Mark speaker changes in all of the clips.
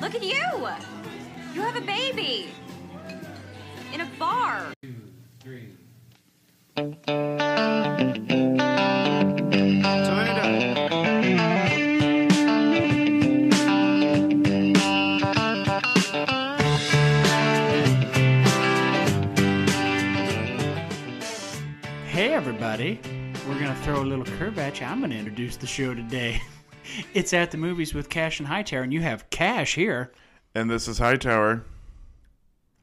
Speaker 1: Look at you! You have a baby! In a bar!
Speaker 2: Two, three.
Speaker 3: Turn it up. Hey, everybody. We're going to throw a little curve at you. I'm going to introduce the show today. it's at the movies with Cash and Hightower, and you have Cash here.
Speaker 4: And this is Hightower.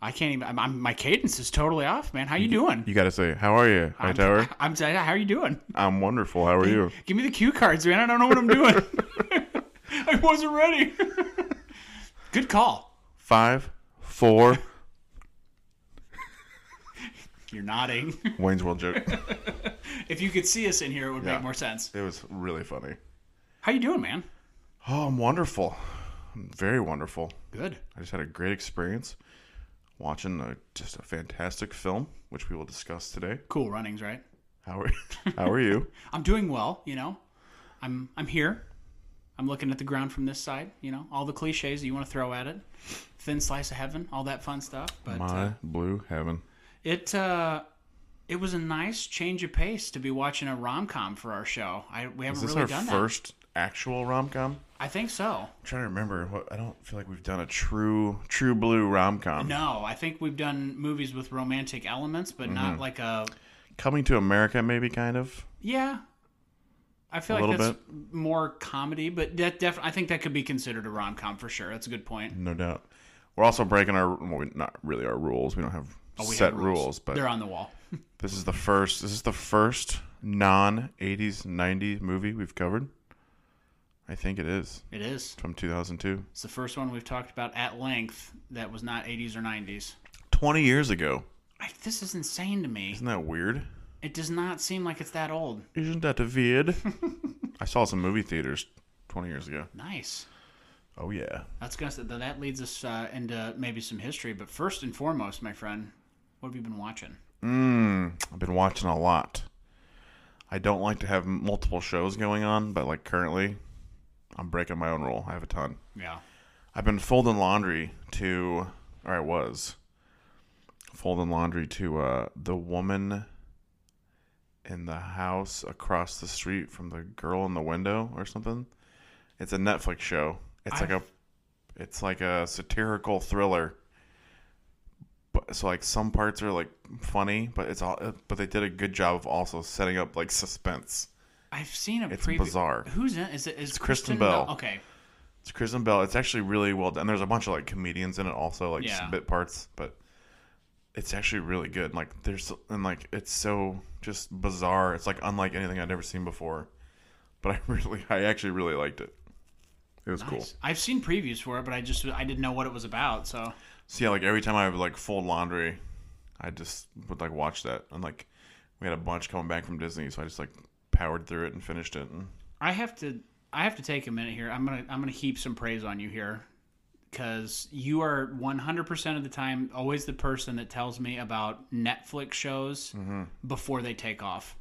Speaker 3: I can't even. I'm, I'm, my cadence is totally off, man. How you doing?
Speaker 4: You gotta say, how are you, Hightower?
Speaker 3: I'm, I'm. How are you doing?
Speaker 4: I'm wonderful. How are you?
Speaker 3: Give me the cue cards, man. I don't know what I'm doing. I wasn't ready. Good call.
Speaker 4: Five, four.
Speaker 3: You're nodding.
Speaker 4: Wayne's World joke.
Speaker 3: if you could see us in here, it would
Speaker 4: Yeah.
Speaker 3: make more sense.
Speaker 4: It was really funny.
Speaker 3: How you doing, man?
Speaker 4: Oh, I'm wonderful. I'm very wonderful.
Speaker 3: Good.
Speaker 4: I just had a great experience watching a, just a fantastic film, which we will discuss today.
Speaker 3: Cool runnings, right?
Speaker 4: How are How are you?
Speaker 3: I'm doing well. You know, I'm I'm here. I'm looking at the ground from this side. You know, all the cliches that you want to throw at it. Thin slice of heaven, all that fun stuff. But uh,
Speaker 4: My blue heaven.
Speaker 3: It uh, it was a nice change of pace to be watching a rom com for our show. I we haven't
Speaker 4: Is this
Speaker 3: really
Speaker 4: our
Speaker 3: done
Speaker 4: first actual rom com?
Speaker 3: that. I think so.
Speaker 4: I'm trying to remember. What I don't feel like we've done a true true blue rom com.
Speaker 3: No, I think we've done movies with romantic elements, but
Speaker 4: Mm-hmm.
Speaker 3: not like a
Speaker 4: Coming to America, maybe kind of.
Speaker 3: yeah. I feel
Speaker 4: A
Speaker 3: like
Speaker 4: little
Speaker 3: that's more comedy, but that def- I think that could be considered a rom com for sure. That's a good point.
Speaker 4: No doubt. We're also breaking our well, we- not really our rules. We don't have
Speaker 3: Oh, We have
Speaker 4: set rules. but
Speaker 3: they're on the wall.
Speaker 4: this is the first. This is the first non '80s '90s movie we've covered. I think it is
Speaker 3: It is.
Speaker 4: from 2002,
Speaker 3: It's the first one we've talked about at length that was not 80s or 90s.
Speaker 4: 20 years ago.
Speaker 3: I, this is insane to me.
Speaker 4: Isn't that weird?
Speaker 3: It does not seem like it's that old.
Speaker 4: Isn't that weird? I saw some movie theaters 20 years ago.
Speaker 3: Nice.
Speaker 4: Oh yeah.
Speaker 3: That's gonna say, that leads us uh, into maybe some history, but first and foremost, my friend, what have you been watching?
Speaker 4: Mm, I've been watching a lot. I don't like to have multiple shows going on, but like currently, I'm breaking my own rule. I have a ton.
Speaker 3: Yeah,
Speaker 4: I've been folding laundry to, or I was folding laundry to uh, the woman in the house across the street from the girl in the window or something. It's a Netflix show. It's like a, it's like a satirical thriller. But so like some parts are like funny, but it's all, but they did a good job of also setting up like suspense.
Speaker 3: I've seen a
Speaker 4: It's
Speaker 3: preview.
Speaker 4: bizarre.
Speaker 3: Who's in? Is it? Is
Speaker 4: Kristen Bell.
Speaker 3: Okay,
Speaker 4: It's Kristen Bell. It's actually really well done. There's a bunch of like comedians in it also, like
Speaker 3: Yeah.
Speaker 4: some bit parts, but it's actually really good. Like there's and like it's so just bizarre. It's like unlike anything I'd ever seen before. But I really, I actually really liked it. It was cool.
Speaker 3: Nice. I've seen previews for it, but I just I didn't know what it was about. So
Speaker 4: So yeah, like every time I would like fold laundry, I just would like watch that. And like we had a bunch coming back from Disney, so I just like powered through it and finished it. And
Speaker 3: I have to I have to take a minute here. I'm gonna I'm gonna heap some praise on you here because you are 100% of the time always the person that tells me about Netflix shows
Speaker 4: Mm-hmm.
Speaker 3: before they take off.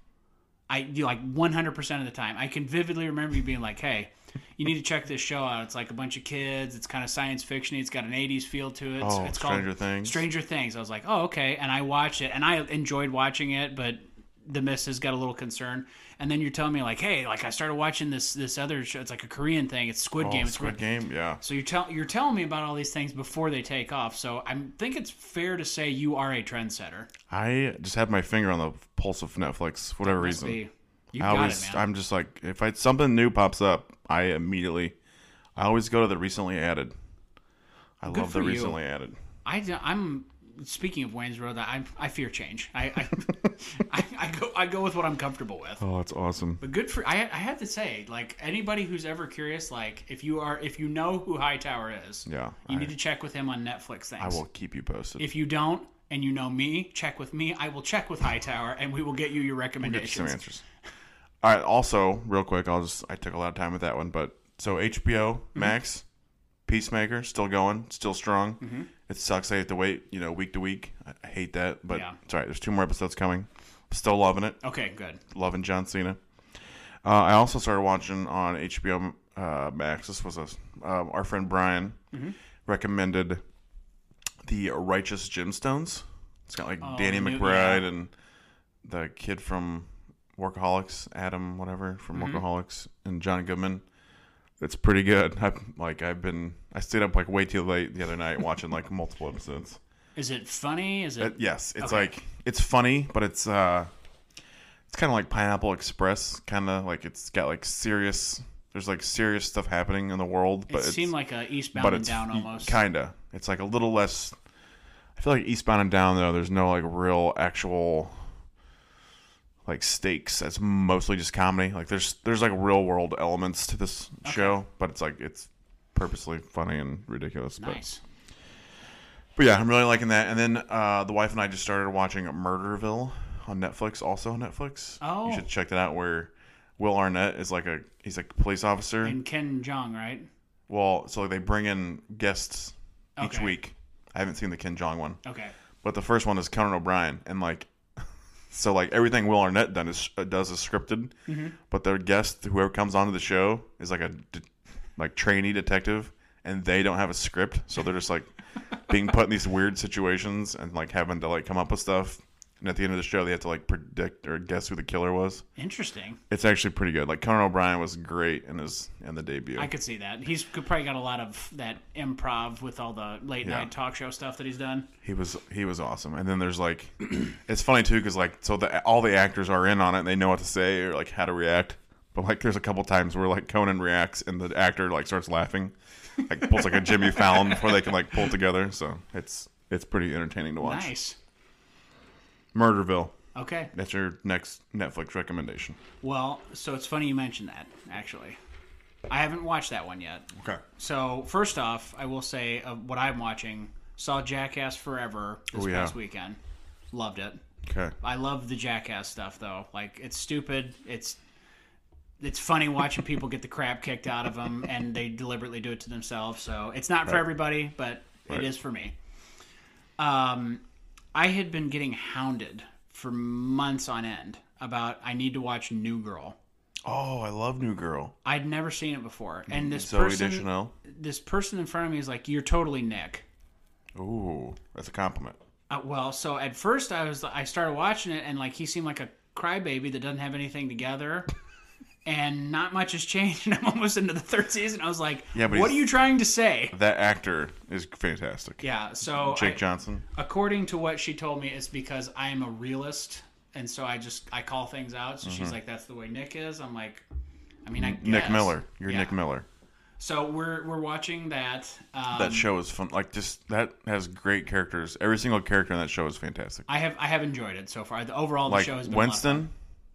Speaker 3: I you like 100% of the time. I can vividly remember you being like, "Hey, you need to check this show out. It's like a bunch of kids. It's kind of science fiction. It's got an 80s feel to it. It's,
Speaker 4: Oh,
Speaker 3: it's
Speaker 4: Stranger Things.
Speaker 3: Stranger Things." I was like, "Oh, okay." And I watched it and I enjoyed watching it, but the missus got a little concerned. And then you're telling me like, "Hey, like I started watching this this other show. It's like a Korean thing. It's Squid
Speaker 4: oh,
Speaker 3: Game. It's
Speaker 4: Squid Game, yeah.
Speaker 3: so you're tell you're telling me about all these things before they take off. So I think it's fair to say you are a trendsetter.
Speaker 4: I just had my finger on the pulse of Netflix, for whatever reason.
Speaker 3: See, you
Speaker 4: Oh. I
Speaker 3: got
Speaker 4: always,
Speaker 3: it, man.
Speaker 4: I'm just like, if I, something new pops up, I immediately, I always go to the recently added. I love
Speaker 3: for
Speaker 4: the
Speaker 3: you.
Speaker 4: recently added.
Speaker 3: I, am speaking of Wayne's Road. I I fear change. I I, I I go I go with what I'm comfortable with.
Speaker 4: Oh, that's awesome.
Speaker 3: But good for I I have to say like anybody who's ever curious like if you are if you know who Hightower is
Speaker 4: Yeah,
Speaker 3: you
Speaker 4: I-
Speaker 3: need to check with him on Netflix things.
Speaker 4: I will keep you posted.
Speaker 3: If you don't. And you know me, check with me. I will check with Hightower, and we will get you your
Speaker 4: Get you some
Speaker 3: recommendations.
Speaker 4: answers. All right. Also, real quick, I'll just, I took a lot of time with that one, but so HBO
Speaker 3: Mm-hmm.
Speaker 4: Max, Peacemaker, still going, still strong.
Speaker 3: Mm-hmm.
Speaker 4: It sucks. I have to wait, you know, week to week. I, I hate that, but
Speaker 3: Yeah.
Speaker 4: it's all right. There's two more episodes coming. Still loving it.
Speaker 3: okay, good.
Speaker 4: loving John Cena. Uh, I also started watching on HBO uh, Max. This was a, um, our friend Brian recommended the Righteous Gemstones. It's got like Danny
Speaker 3: new-
Speaker 4: McBride and the kid from Workaholics, Adam, whatever from Workaholics, and John Goodman. It's pretty good. I like. I've been. I stayed up like way too late the other night watching like multiple episodes.
Speaker 3: Is it funny? Is it?
Speaker 4: But yes, it's
Speaker 3: Okay.
Speaker 4: like it's funny, but it's uh, it's kind of like Pineapple Express, kind of like it's got like serious. There's like serious stuff happening in the world,
Speaker 3: It
Speaker 4: but it's,
Speaker 3: seemed like a Eastbound
Speaker 4: but
Speaker 3: and
Speaker 4: it's
Speaker 3: Down almost.
Speaker 4: kinda. It's like a little less. I feel like Eastbound and Down though. There's no like real actual like stakes. That's mostly just comedy. Like there's there's like real world elements to this show, but it's like it's purposely funny and ridiculous. But
Speaker 3: nice.
Speaker 4: but yeah, I'm really liking that. And then uh, the wife and I just started watching Murderville on Netflix, also on Netflix.
Speaker 3: Oh.
Speaker 4: you should check that out. Where Will Arnett is like a he's like a police officer.
Speaker 3: And Ken Jong, right?
Speaker 4: well, so they bring in guests each
Speaker 3: Okay.
Speaker 4: week. I haven't seen the Ken Jong one,
Speaker 3: Okay.
Speaker 4: but the first one is Conan O'Brien, and like. So like everything Will Arnett done is uh, does is scripted, but their guest, whoever comes onto the show, is like a de- like trainee detective, and they don't have a script, so they're just like being put in these weird situations and like having to like come up with stuff. And at the end of the show, they have to like predict or guess who the killer was.
Speaker 3: Interesting.
Speaker 4: It's actually pretty good. Like Conan O'Brien was great in his in the debut.
Speaker 3: I could see that. He's probably got a lot of that improv with all the late
Speaker 4: Yeah.
Speaker 3: night talk show stuff that he's done.
Speaker 4: He was he was awesome. And then there's like, it's funny too because like so the all the actors are in on it. and They know what to say or like how to react. But like there's a couple times where like Conan reacts and the actor like starts laughing, like pulls like a Jimmy Fallon before they can like pull it together. So it's it's pretty entertaining to watch.
Speaker 3: Nice.
Speaker 4: Murderville.
Speaker 3: Okay.
Speaker 4: That's your next Netflix recommendation.
Speaker 3: Well, so it's funny you mentioned that, actually. I haven't watched that one yet.
Speaker 4: Okay.
Speaker 3: So, first off, I will say of what I'm watching, saw Jackass Forever this
Speaker 4: Oh, yeah.
Speaker 3: past weekend. Loved it.
Speaker 4: Okay.
Speaker 3: I love the Jackass stuff though. Like it's stupid. It's it's funny watching people get the crap kicked out of them, and they deliberately do it to themselves. So it's not for everybody, but
Speaker 4: Right.
Speaker 3: it is for me. Um, I had been getting hounded for months on end about I need to watch New Girl.
Speaker 4: Oh, I love New Girl.
Speaker 3: I'd never seen it before, and this
Speaker 4: Mm, Zoe
Speaker 3: person,
Speaker 4: Deschanel.
Speaker 3: this person in front of me is like, "You're totally Nick."
Speaker 4: Ooh, that's a compliment.
Speaker 3: Uh, well, so at first I was I started watching it and like he seemed like a crybaby that doesn't have anything together, and not much has changed. And I'm almost into the third season. I was like,
Speaker 4: Yeah, but
Speaker 3: what are
Speaker 4: he's-
Speaker 3: you trying to say?
Speaker 4: That actor is fantastic.
Speaker 3: Yeah. Uh, So
Speaker 4: Jake
Speaker 3: I-
Speaker 4: Johnson.
Speaker 3: according to what she told me, it's because I am a realist, and so I just I call things out. So she's like, that's the way Nick is. I'm like, I mean, I
Speaker 4: Mm-hmm. Nick
Speaker 3: guess.
Speaker 4: Miller. You're
Speaker 3: Yeah.
Speaker 4: Nick Miller.
Speaker 3: So we're we're watching that. Um,
Speaker 4: That show is fun. Like just that has great characters. Every single character in that show is fantastic.
Speaker 3: I have I have enjoyed it so far. The overall the
Speaker 4: Like
Speaker 3: show has been a lot of fun.
Speaker 4: Winston,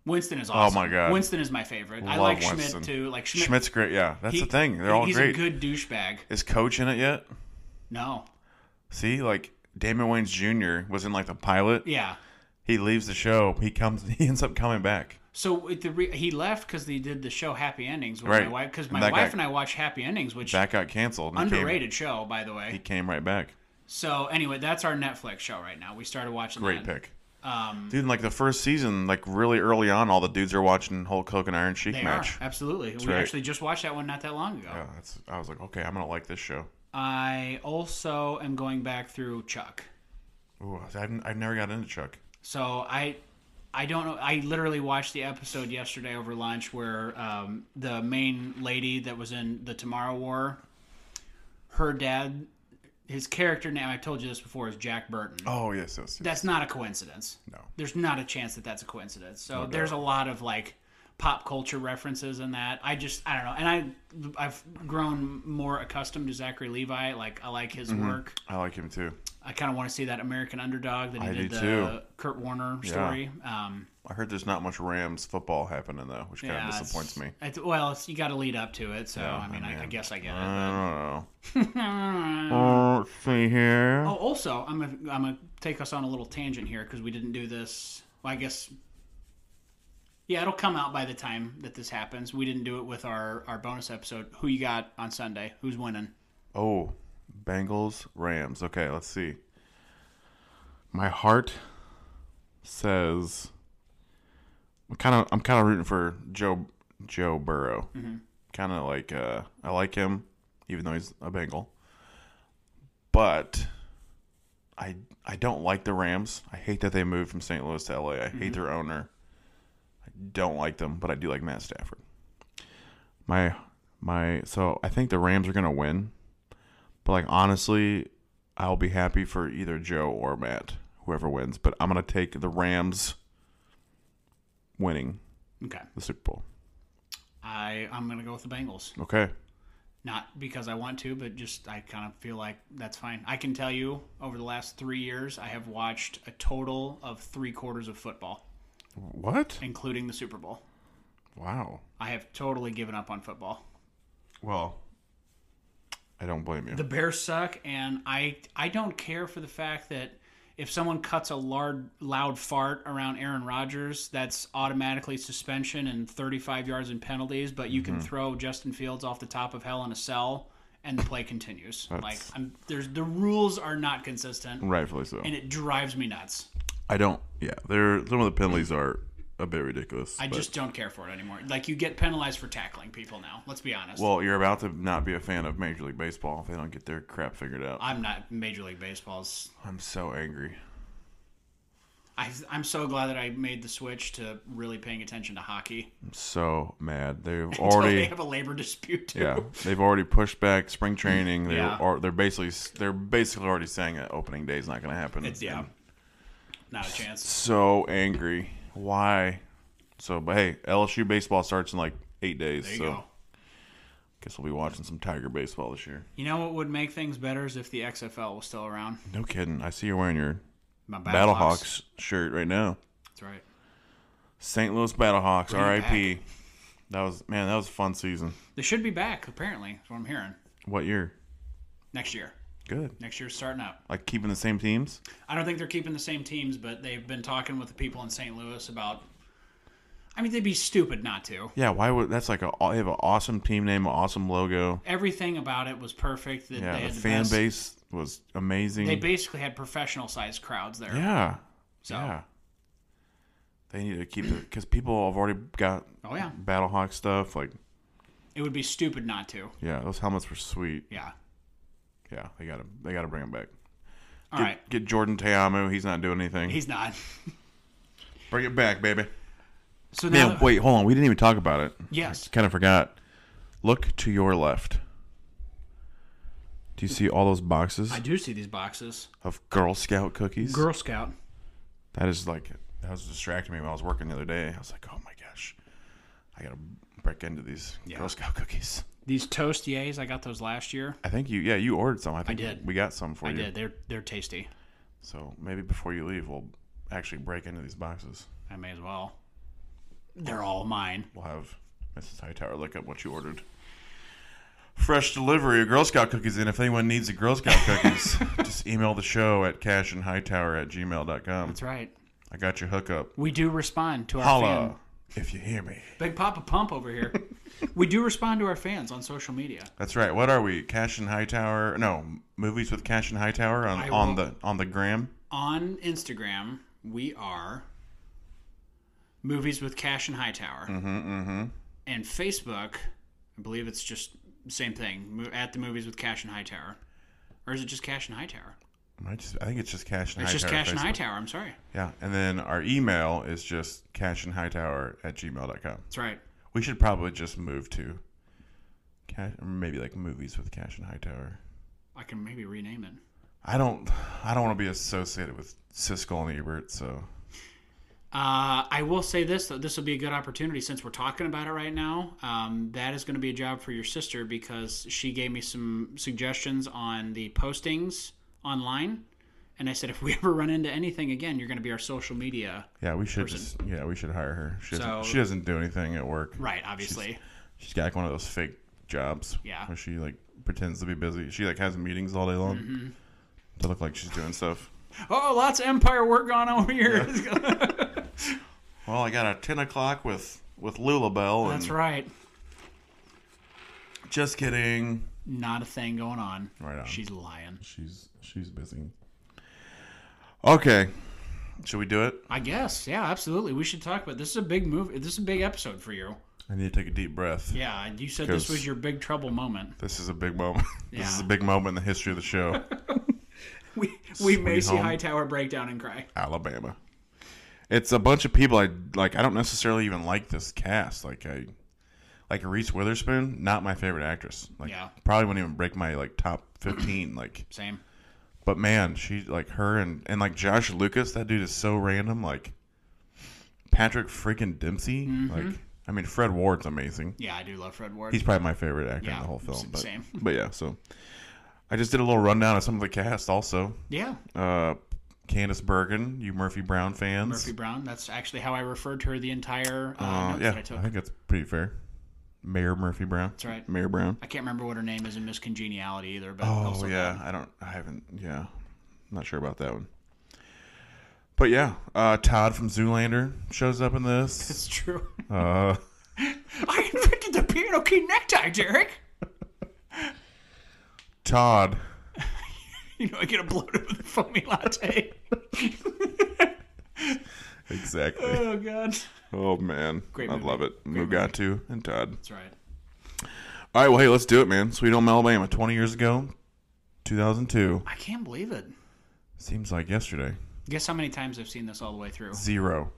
Speaker 4: Oh
Speaker 3: Winston is awesome.
Speaker 4: my God.
Speaker 3: Winston is my favorite. I
Speaker 4: Love
Speaker 3: like
Speaker 4: Winston.
Speaker 3: Schmidt too. Like Schmidt,
Speaker 4: Schmidt's great. Yeah, that's
Speaker 3: he-
Speaker 4: the thing. They're all
Speaker 3: he's
Speaker 4: great.
Speaker 3: a good douchebag.
Speaker 4: Is Coach in it yet?
Speaker 3: No,
Speaker 4: See, like Damon Wayans Jr. was in like the pilot.
Speaker 3: yeah.
Speaker 4: He leaves the show. He comes. He ends up coming back.
Speaker 3: So with the re- he left because they did the show Happy Endings with
Speaker 4: Right.
Speaker 3: my wife because
Speaker 4: And
Speaker 3: my
Speaker 4: that
Speaker 3: wife
Speaker 4: guy-
Speaker 3: and I watch Happy Endings, which
Speaker 4: That got canceled. and he came-
Speaker 3: underrated show by the
Speaker 4: He
Speaker 3: way.
Speaker 4: came right back.
Speaker 3: So anyway, that's our Netflix show right now. We started watching
Speaker 4: Great
Speaker 3: that.
Speaker 4: pick.
Speaker 3: Um,
Speaker 4: Dude, like the first season, like really early on, all the dudes are watching Hulk Hogan Iron Sheik
Speaker 3: They
Speaker 4: match.
Speaker 3: are absolutely. we
Speaker 4: right.
Speaker 3: actually just watched that one not that long ago.
Speaker 4: Yeah, that's, I was like, okay, I'm gonna like this show.
Speaker 3: I also am going back through Chuck.
Speaker 4: Ooh, I've, I've never got into Chuck.
Speaker 3: So I, I don't know. I literally watched the episode yesterday over lunch where um, the main lady that was in the Tomorrow War, her dad, his character name I told you this before is Jack Burton.
Speaker 4: Oh yes, yes, yes.
Speaker 3: That's not a coincidence.
Speaker 4: no.
Speaker 3: There's not a chance that that's a coincidence. So there's a lot of like pop culture references in that. I just I don't know. And I I've grown more accustomed to Zachary Levi. Like I like his
Speaker 4: Mm-hmm.
Speaker 3: work.
Speaker 4: I like him too.
Speaker 3: I kind of want to see that American Underdog that he
Speaker 4: I
Speaker 3: did
Speaker 4: do
Speaker 3: the
Speaker 4: too.
Speaker 3: Kurt Warner story. Um,
Speaker 4: I heard there's not much Rams football happening though, which kind
Speaker 3: yeah,
Speaker 4: of
Speaker 3: it's-
Speaker 4: disappoints me. oh,
Speaker 3: It's, well, it's, you got to lead up to it, so I mean, I, I guess I get
Speaker 4: Uh.
Speaker 3: it.
Speaker 4: I don't know. Uh, let's see here.
Speaker 3: Oh, also, I'm gonna, I'm gonna take us on a little tangent here because we didn't do this. Well, I guess. Yeah, it'll come out by the time that this happens. We didn't do it with our our bonus episode. Who you got on Sunday? Who's winning?
Speaker 4: Oh, Bengals Rams. Okay, let's see. My heart says I'm kind of I'm kind of rooting for Joe Joe Burrow kind of like uh, I like him, even though he's a Bengal. But I I don't like the Rams. I hate that they moved from St. Louis to LA. I hate their owner. I don't like them, but I do like Matt Stafford. My my so I think the Rams are gonna win, but like honestly, I'll be happy for either Joe or Matt, whoever wins. But I'm gonna take the Rams winning
Speaker 3: Okay.
Speaker 4: the Super Bowl.
Speaker 3: I I'm gonna go with the Bengals.
Speaker 4: Okay.
Speaker 3: Not because I want to, but just I kind of feel like that's fine. I can tell you over the last three years, I have watched a total of three quarters of football,
Speaker 4: What?
Speaker 3: including the Super Bowl.
Speaker 4: Wow.
Speaker 3: I have totally given up on football.
Speaker 4: Well, I don't blame you.
Speaker 3: The Bears suck, and I I don't care for the fact that if someone cuts a lard, loud fart around Aaron Rodgers, that's automatically suspension and 35 yards and penalties. But you can throw Justin Fields off the top of hell in a cell, and the play continues. Like
Speaker 4: That's-
Speaker 3: I'm, there's the rules are not consistent,
Speaker 4: Rightfully so.
Speaker 3: and it drives me nuts.
Speaker 4: I don't. Yeah, there. Some of the penalties are a bit ridiculous.
Speaker 3: I
Speaker 4: but-
Speaker 3: just don't care for it anymore. Like you get penalized for tackling people now. Let's be honest.
Speaker 4: Well, you're about to not be a fan of Major League Baseball if they don't get their crap figured out.
Speaker 3: I'm not Major League Baseball's
Speaker 4: I'm so angry.
Speaker 3: I, I'm so glad that I made the switch to really paying attention to hockey.
Speaker 4: I'm so mad. They've
Speaker 3: Until they
Speaker 4: already.
Speaker 3: have a labor dispute. Too.
Speaker 4: Yeah, they've already pushed back spring training. They
Speaker 3: Yeah.
Speaker 4: are. They're basically. They're basically already saying that opening day is not going to happen.
Speaker 3: it's yeah,
Speaker 4: And
Speaker 3: not a chance.
Speaker 4: So angry. Why? So, but hey, LSU baseball starts in like eight days.
Speaker 3: There you
Speaker 4: so.
Speaker 3: go.
Speaker 4: Guess we'll be watching some Tiger baseball this year.
Speaker 3: You know what would make things better is if the XFL was still around.
Speaker 4: No kidding. I see you're wearing your
Speaker 3: My Battle
Speaker 4: Battlehawks
Speaker 3: Hawks.
Speaker 4: shirt right now.
Speaker 3: That's right.
Speaker 4: St. Louis Battlehawks,
Speaker 3: it
Speaker 4: RIP. That was man, that was a fun season.
Speaker 3: They should be back. Apparently, that's what I'm hearing.
Speaker 4: What year?
Speaker 3: Next year.
Speaker 4: Good.
Speaker 3: Next year's starting up.
Speaker 4: Like keeping the same teams?
Speaker 3: I don't think they're keeping the same teams, but they've been talking with the people in St. Louis about. I mean, they'd be stupid not to.
Speaker 4: Yeah, why would that's like a they have an awesome team name, an awesome logo.
Speaker 3: Everything about it was perfect. That
Speaker 4: Yeah,
Speaker 3: they
Speaker 4: the
Speaker 3: had
Speaker 4: fan
Speaker 3: best-
Speaker 4: base was amazing.
Speaker 3: They Oh. basically had professional sized crowds there.
Speaker 4: yeah.
Speaker 3: So.
Speaker 4: Yeah. They need to keep it because people have already got
Speaker 3: Oh yeah.
Speaker 4: Battlehawk stuff. Like,
Speaker 3: It would be stupid not to.
Speaker 4: yeah, those helmets were sweet.
Speaker 3: Yeah.
Speaker 4: Yeah, they gotta they gotta bring them back.
Speaker 3: All
Speaker 4: Get,
Speaker 3: right.
Speaker 4: get Jordan Teamu. He's not doing anything.
Speaker 3: He's not.
Speaker 4: bring it back, baby.
Speaker 3: So now,
Speaker 4: Man, wait, hold on. We didn't even talk about it.
Speaker 3: Yes.
Speaker 4: kind of forgot. Look to your left. Do you see all those boxes
Speaker 3: I do see these boxes.
Speaker 4: of Girl Scout cookies?
Speaker 3: Girl Scout.
Speaker 4: That is like that was distracting me when I was working the other day. I was like, oh my gosh, I gotta break into these Girl Scout cookies.
Speaker 3: These toastiers, I got those last year.
Speaker 4: I think you, yeah, you ordered some. I think
Speaker 3: did.
Speaker 4: we got some for
Speaker 3: I
Speaker 4: you.
Speaker 3: did. They're they're tasty.
Speaker 4: So maybe before you leave, we'll actually break into these boxes.
Speaker 3: I may as well. They're all mine.
Speaker 4: We'll have Mrs. Hightower look up what you ordered. Fresh delivery of Girl Scout cookies, and if anyone needs a Girl Scout cookies, just email the show at cashandhightower at gmail.com.
Speaker 3: That's right.
Speaker 4: I got your hookup.
Speaker 3: We do respond to our fan.
Speaker 4: Holla, if you hear me.
Speaker 3: Big Papa Pump over here. we do respond to our fans on social media.
Speaker 4: That's right. What are we? Cash and Hightower? No, movies with Cash and Hightower on,
Speaker 3: I
Speaker 4: on
Speaker 3: will-
Speaker 4: the on the gram.
Speaker 3: On Instagram, we are Movies with Cash and Hightower. Mm-hmm, mm-hmm. And Facebook, I believe it's just same thing. mo- At the Movies with Cash and Hightower. Or is it just Cash and Hightower?
Speaker 4: I, just, I think it's just Cash and Hightower.
Speaker 3: It's just Cash and
Speaker 4: Facebook.
Speaker 3: Hightower. I'm sorry.
Speaker 4: Yeah, and then our email is just Cash and Hightower at gmail.com.
Speaker 3: That's right.
Speaker 4: We should probably just move to cash, or maybe like movies with Cash and Hightower.
Speaker 3: I can maybe rename it.
Speaker 4: I don't, I don't want to be associated with Siskel and Ebert. So
Speaker 3: Uh, I will say this though: this will be a good opportunity since we're talking about it right now. Um, that is going to be a job for your sister because she gave me some suggestions on the postings online, and I said if we ever run into anything again, you're going to be our social media.
Speaker 4: yeah, we should just, yeah, we should hire her. She doesn't,
Speaker 3: So-
Speaker 4: she doesn't do anything at work.
Speaker 3: Right, obviously.
Speaker 4: She's got like one of those fake jobs.
Speaker 3: Yeah.
Speaker 4: Where she like pretends to be busy. She like has meetings all day long
Speaker 3: Mm-hmm.
Speaker 4: to look like she's doing stuff.
Speaker 3: Oh, lots of empire work going on over here.
Speaker 4: Well, I got a ten o'clock with with Lulabelle.
Speaker 3: That's
Speaker 4: and-
Speaker 3: right.
Speaker 4: Just kidding.
Speaker 3: Not a thing going on.
Speaker 4: Right on.
Speaker 3: She's lying.
Speaker 4: She's she's busy. Okay. Should we do it?
Speaker 3: I guess. Yeah, absolutely. We should talk about this. Is a big move. This is a big episode for you.
Speaker 4: I need to take a deep breath.
Speaker 3: Yeah, you said this was
Speaker 4: Because-
Speaker 3: your big trouble moment.
Speaker 4: This is a big moment. This is
Speaker 3: Yeah.
Speaker 4: a big moment in the history of the show.
Speaker 3: We we may
Speaker 4: Sweet
Speaker 3: see
Speaker 4: home.
Speaker 3: Hightower break down and cry.
Speaker 4: Alabama. It's a bunch of people I like. I don't necessarily even like this cast. Like I, like Reese Witherspoon, not my favorite actress. Like
Speaker 3: Yeah.
Speaker 4: probably wouldn't even break my like top fifteen. Like,
Speaker 3: Same.
Speaker 4: but man, she like her and and like Josh Lucas. That dude is so random. Like Patrick freaking Dempsey.
Speaker 3: Mm-hmm.
Speaker 4: Like I mean, Fred Ward's amazing.
Speaker 3: Yeah, I do love Fred Ward.
Speaker 4: He's probably my favorite actor in
Speaker 3: Yeah,
Speaker 4: the whole film.
Speaker 3: s-
Speaker 4: But,
Speaker 3: same.
Speaker 4: But yeah, so I just did a little rundown of some of the cast. Also,
Speaker 3: yeah,
Speaker 4: uh, Candice Bergen, you Murphy Brown fans.
Speaker 3: Murphy Brown. That's actually how I referred to her the entire uh,
Speaker 4: Uh,
Speaker 3: notes
Speaker 4: yeah,
Speaker 3: that I
Speaker 4: I,
Speaker 3: took.
Speaker 4: think that's pretty fair. Mayor Murphy Brown. That's
Speaker 3: right.
Speaker 4: Mayor Brown.
Speaker 3: I can't remember what her name is in Miss Congeniality either, but
Speaker 4: Oh
Speaker 3: also
Speaker 4: yeah, I don't. I haven't. Yeah, not sure about that one. But yeah, uh, Todd from Zoolander shows up in this.
Speaker 3: it's true.
Speaker 4: Uh,
Speaker 3: I invented the piano key necktie, Derek.
Speaker 4: Todd,
Speaker 3: You know I get a bloated with a foamy latte.
Speaker 4: exactly.
Speaker 3: oh God,
Speaker 4: Oh man,
Speaker 3: Great
Speaker 4: I
Speaker 3: movie.
Speaker 4: love it. Mugatu and Todd.
Speaker 3: that's right.
Speaker 4: All right, well hey, let's do it, man. Sweet Home Alabama, twenty years ago, two thousand two.
Speaker 3: I can't believe it.
Speaker 4: Seems like yesterday.
Speaker 3: Guess how many times I've seen this all the way through.
Speaker 4: Zero.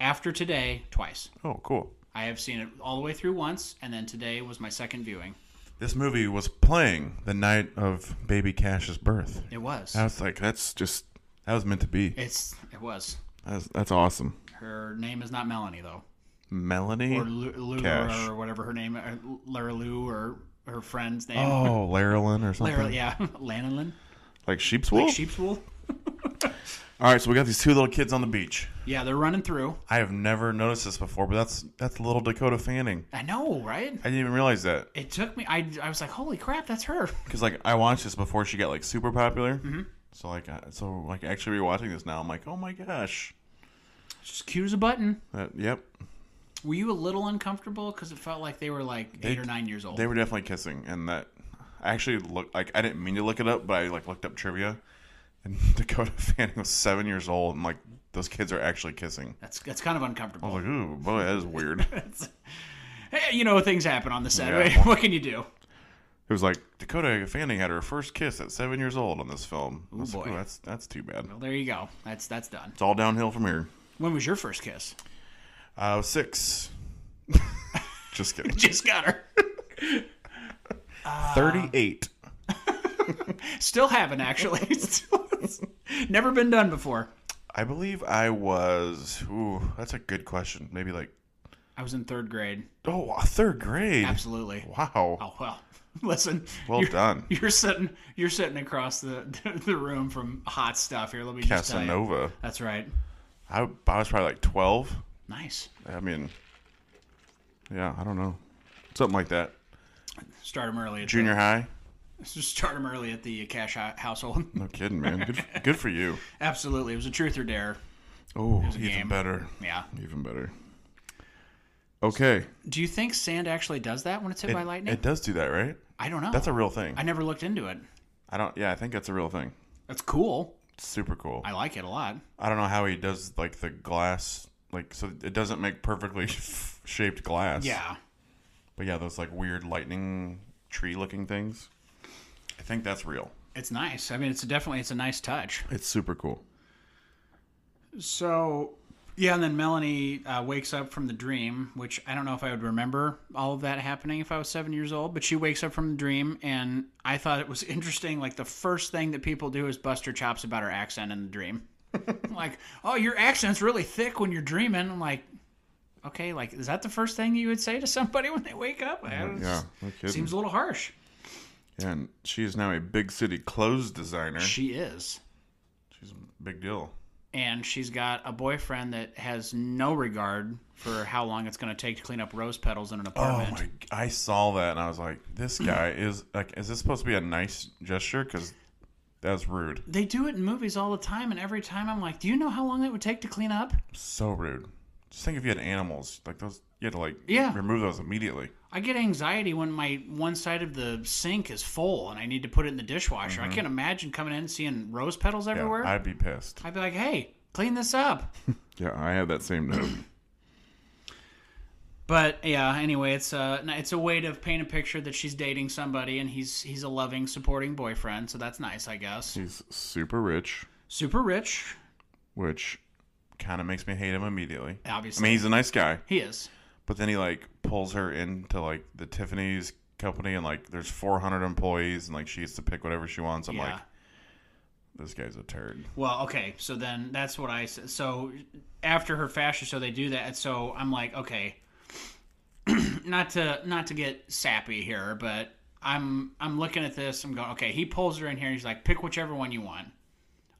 Speaker 3: After today, twice.
Speaker 4: Oh, cool.
Speaker 3: I have seen it all the way through once, and then today was my second viewing.
Speaker 4: This movie was playing the night of baby Cash's birth.
Speaker 3: It was.
Speaker 4: I was like, that's just that was meant to be.
Speaker 3: It's. It was.
Speaker 4: That's that's awesome.
Speaker 3: Her name is not Melanie though,
Speaker 4: Melanie.
Speaker 3: or Lu, Lu
Speaker 4: Mm. Cash.
Speaker 3: or whatever her name, or Lara Lou, or her friend's name.
Speaker 4: oh, Larilyn or something.
Speaker 3: Lara, yeah, Lanolin,
Speaker 4: Like sheep's wool.
Speaker 3: like sheep's wool.
Speaker 4: All right, so we got these two little kids on the beach.
Speaker 3: Yeah, they're running through.
Speaker 4: I have never noticed this before, but that's that's little Dakota Fanning.
Speaker 3: I know, right?
Speaker 4: I didn't even realize that
Speaker 3: It took me. I, I was like, holy crap, that's her.
Speaker 4: because like I watched this before she got like super popular. Mm-hmm. So like I, so like actually rewatching this now, I'm like, oh my gosh.
Speaker 3: She's cute as a button.
Speaker 4: That, yep,
Speaker 3: Were you a little uncomfortable because it felt like they were like eight or nine years old?
Speaker 4: They were definitely kissing, and that I actually look like I didn't mean to look it up, but I like looked up trivia, and Dakota Fanning was seven years old, and like those kids are actually kissing.
Speaker 3: that's that's kind of
Speaker 4: I
Speaker 3: uncomfortable.
Speaker 4: was like, ooh, boy, that is weird. it
Speaker 3: Hey, you know things happen on the set.
Speaker 4: Yeah.
Speaker 3: right? What can you do?
Speaker 4: was like Dakota Fanning had her first kiss at seven years old on this film. I was like,
Speaker 3: boy.
Speaker 4: ooh, that's that's too bad.
Speaker 3: Well, there you go. That's that's done.
Speaker 4: It's all downhill from here.
Speaker 3: When was your first kiss?
Speaker 4: I was six. Just kidding.
Speaker 3: Just got her.
Speaker 4: Thirty-eight.
Speaker 3: Still haven't actually. Still- Never been done before.
Speaker 4: I believe I was. Ooh, that's a good question. Maybe like
Speaker 3: I was in third grade.
Speaker 4: oh, third grade.
Speaker 3: Absolutely.
Speaker 4: Wow.
Speaker 3: Oh well. Listen.
Speaker 4: Well
Speaker 3: you're-
Speaker 4: done.
Speaker 3: You're sitting. You're sitting across the the, room from hot stuff. Here, let me just tell you.
Speaker 4: Casanova.
Speaker 3: That's right.
Speaker 4: I, I was probably like 12.
Speaker 3: Nice.
Speaker 4: I mean, yeah, I don't know. Something like that.
Speaker 3: Start them early. At
Speaker 4: Junior high?
Speaker 3: The, just start 'em early at the cash hou- household.
Speaker 4: No kidding, man. Good, good for you.
Speaker 3: Absolutely. It was a truth or dare.
Speaker 4: Oh, even
Speaker 3: game.
Speaker 4: better.
Speaker 3: Yeah.
Speaker 4: Even better. Okay.
Speaker 3: Do you think sand actually does that when it's hit by lightning?
Speaker 4: It does do that, right?
Speaker 3: I don't know.
Speaker 4: That's a real thing.
Speaker 3: I never looked into it.
Speaker 4: I don't, yeah, I think that's a real thing.
Speaker 3: That's cool.
Speaker 4: It's super cool.
Speaker 3: I like it a lot.
Speaker 4: I don't know how he does like the glass, like, so it doesn't make perfectly shaped glass.
Speaker 3: Yeah.
Speaker 4: But yeah, those like weird lightning tree looking things. I think that's real.
Speaker 3: It's nice. I mean, it's definitely it's a nice touch.
Speaker 4: It's super cool.
Speaker 3: So, yeah, and then Melanie uh, wakes up from the dream, which I don't know if I would remember all of that happening if I was seven years old, but she wakes up from the dream, and I thought it was interesting. Like, the first thing that people do is bust her chops about her accent in the dream. like, oh, your accent's really thick when you're dreaming. I'm like, okay, like, is that the first thing you would say to somebody when they wake up? I don't-
Speaker 4: Mm-hmm. Yeah, no
Speaker 3: it
Speaker 4: kidding.
Speaker 3: seems a little harsh.
Speaker 4: And she is now a big city clothes designer.
Speaker 3: She is.
Speaker 4: She's a big deal.
Speaker 3: and she's got a boyfriend that has no regard for how long it's going to take to clean up rose petals in an
Speaker 4: Oh
Speaker 3: apartment.
Speaker 4: my! g- I saw that and I was like, "This guy is like, is this supposed to be a nice gesture? Because that's rude.
Speaker 3: They do it in movies all the time, and every time I'm like, "Do you know how long it would take to clean up?"
Speaker 4: So rude. Just think if you had animals like those, you had to like
Speaker 3: Yeah.
Speaker 4: remove those immediately.
Speaker 3: I get anxiety when my one side of the sink is full and I need to put it in the dishwasher. I can't imagine coming in and seeing rose petals
Speaker 4: Mm-hmm. Yeah,
Speaker 3: everywhere.
Speaker 4: I'd be pissed.
Speaker 3: I'd be like, "Hey, clean this up."
Speaker 4: Yeah, I had that same note.
Speaker 3: But yeah, anyway, it's a it's a way to paint a picture that she's dating somebody and he's he's a loving, supporting boyfriend. So that's nice, I guess.
Speaker 4: He's super rich,
Speaker 3: Super rich,
Speaker 4: which kind of makes me hate him immediately. I
Speaker 3: obviously.
Speaker 4: mean, he's a nice guy,
Speaker 3: he is.
Speaker 4: but then he like pulls her into like the Tiffany's company and like there's 400 employees and like she gets to pick whatever she wants. I'm
Speaker 3: Yeah.
Speaker 4: like, this guy's a turd.
Speaker 3: Well, okay, so then that's what I said. So after her fashion show, they do that. So I'm like, okay, not to not to get sappy here, but I'm I'm looking at this. I'm going, okay. He pulls her in here. And he's like, pick whichever one you want.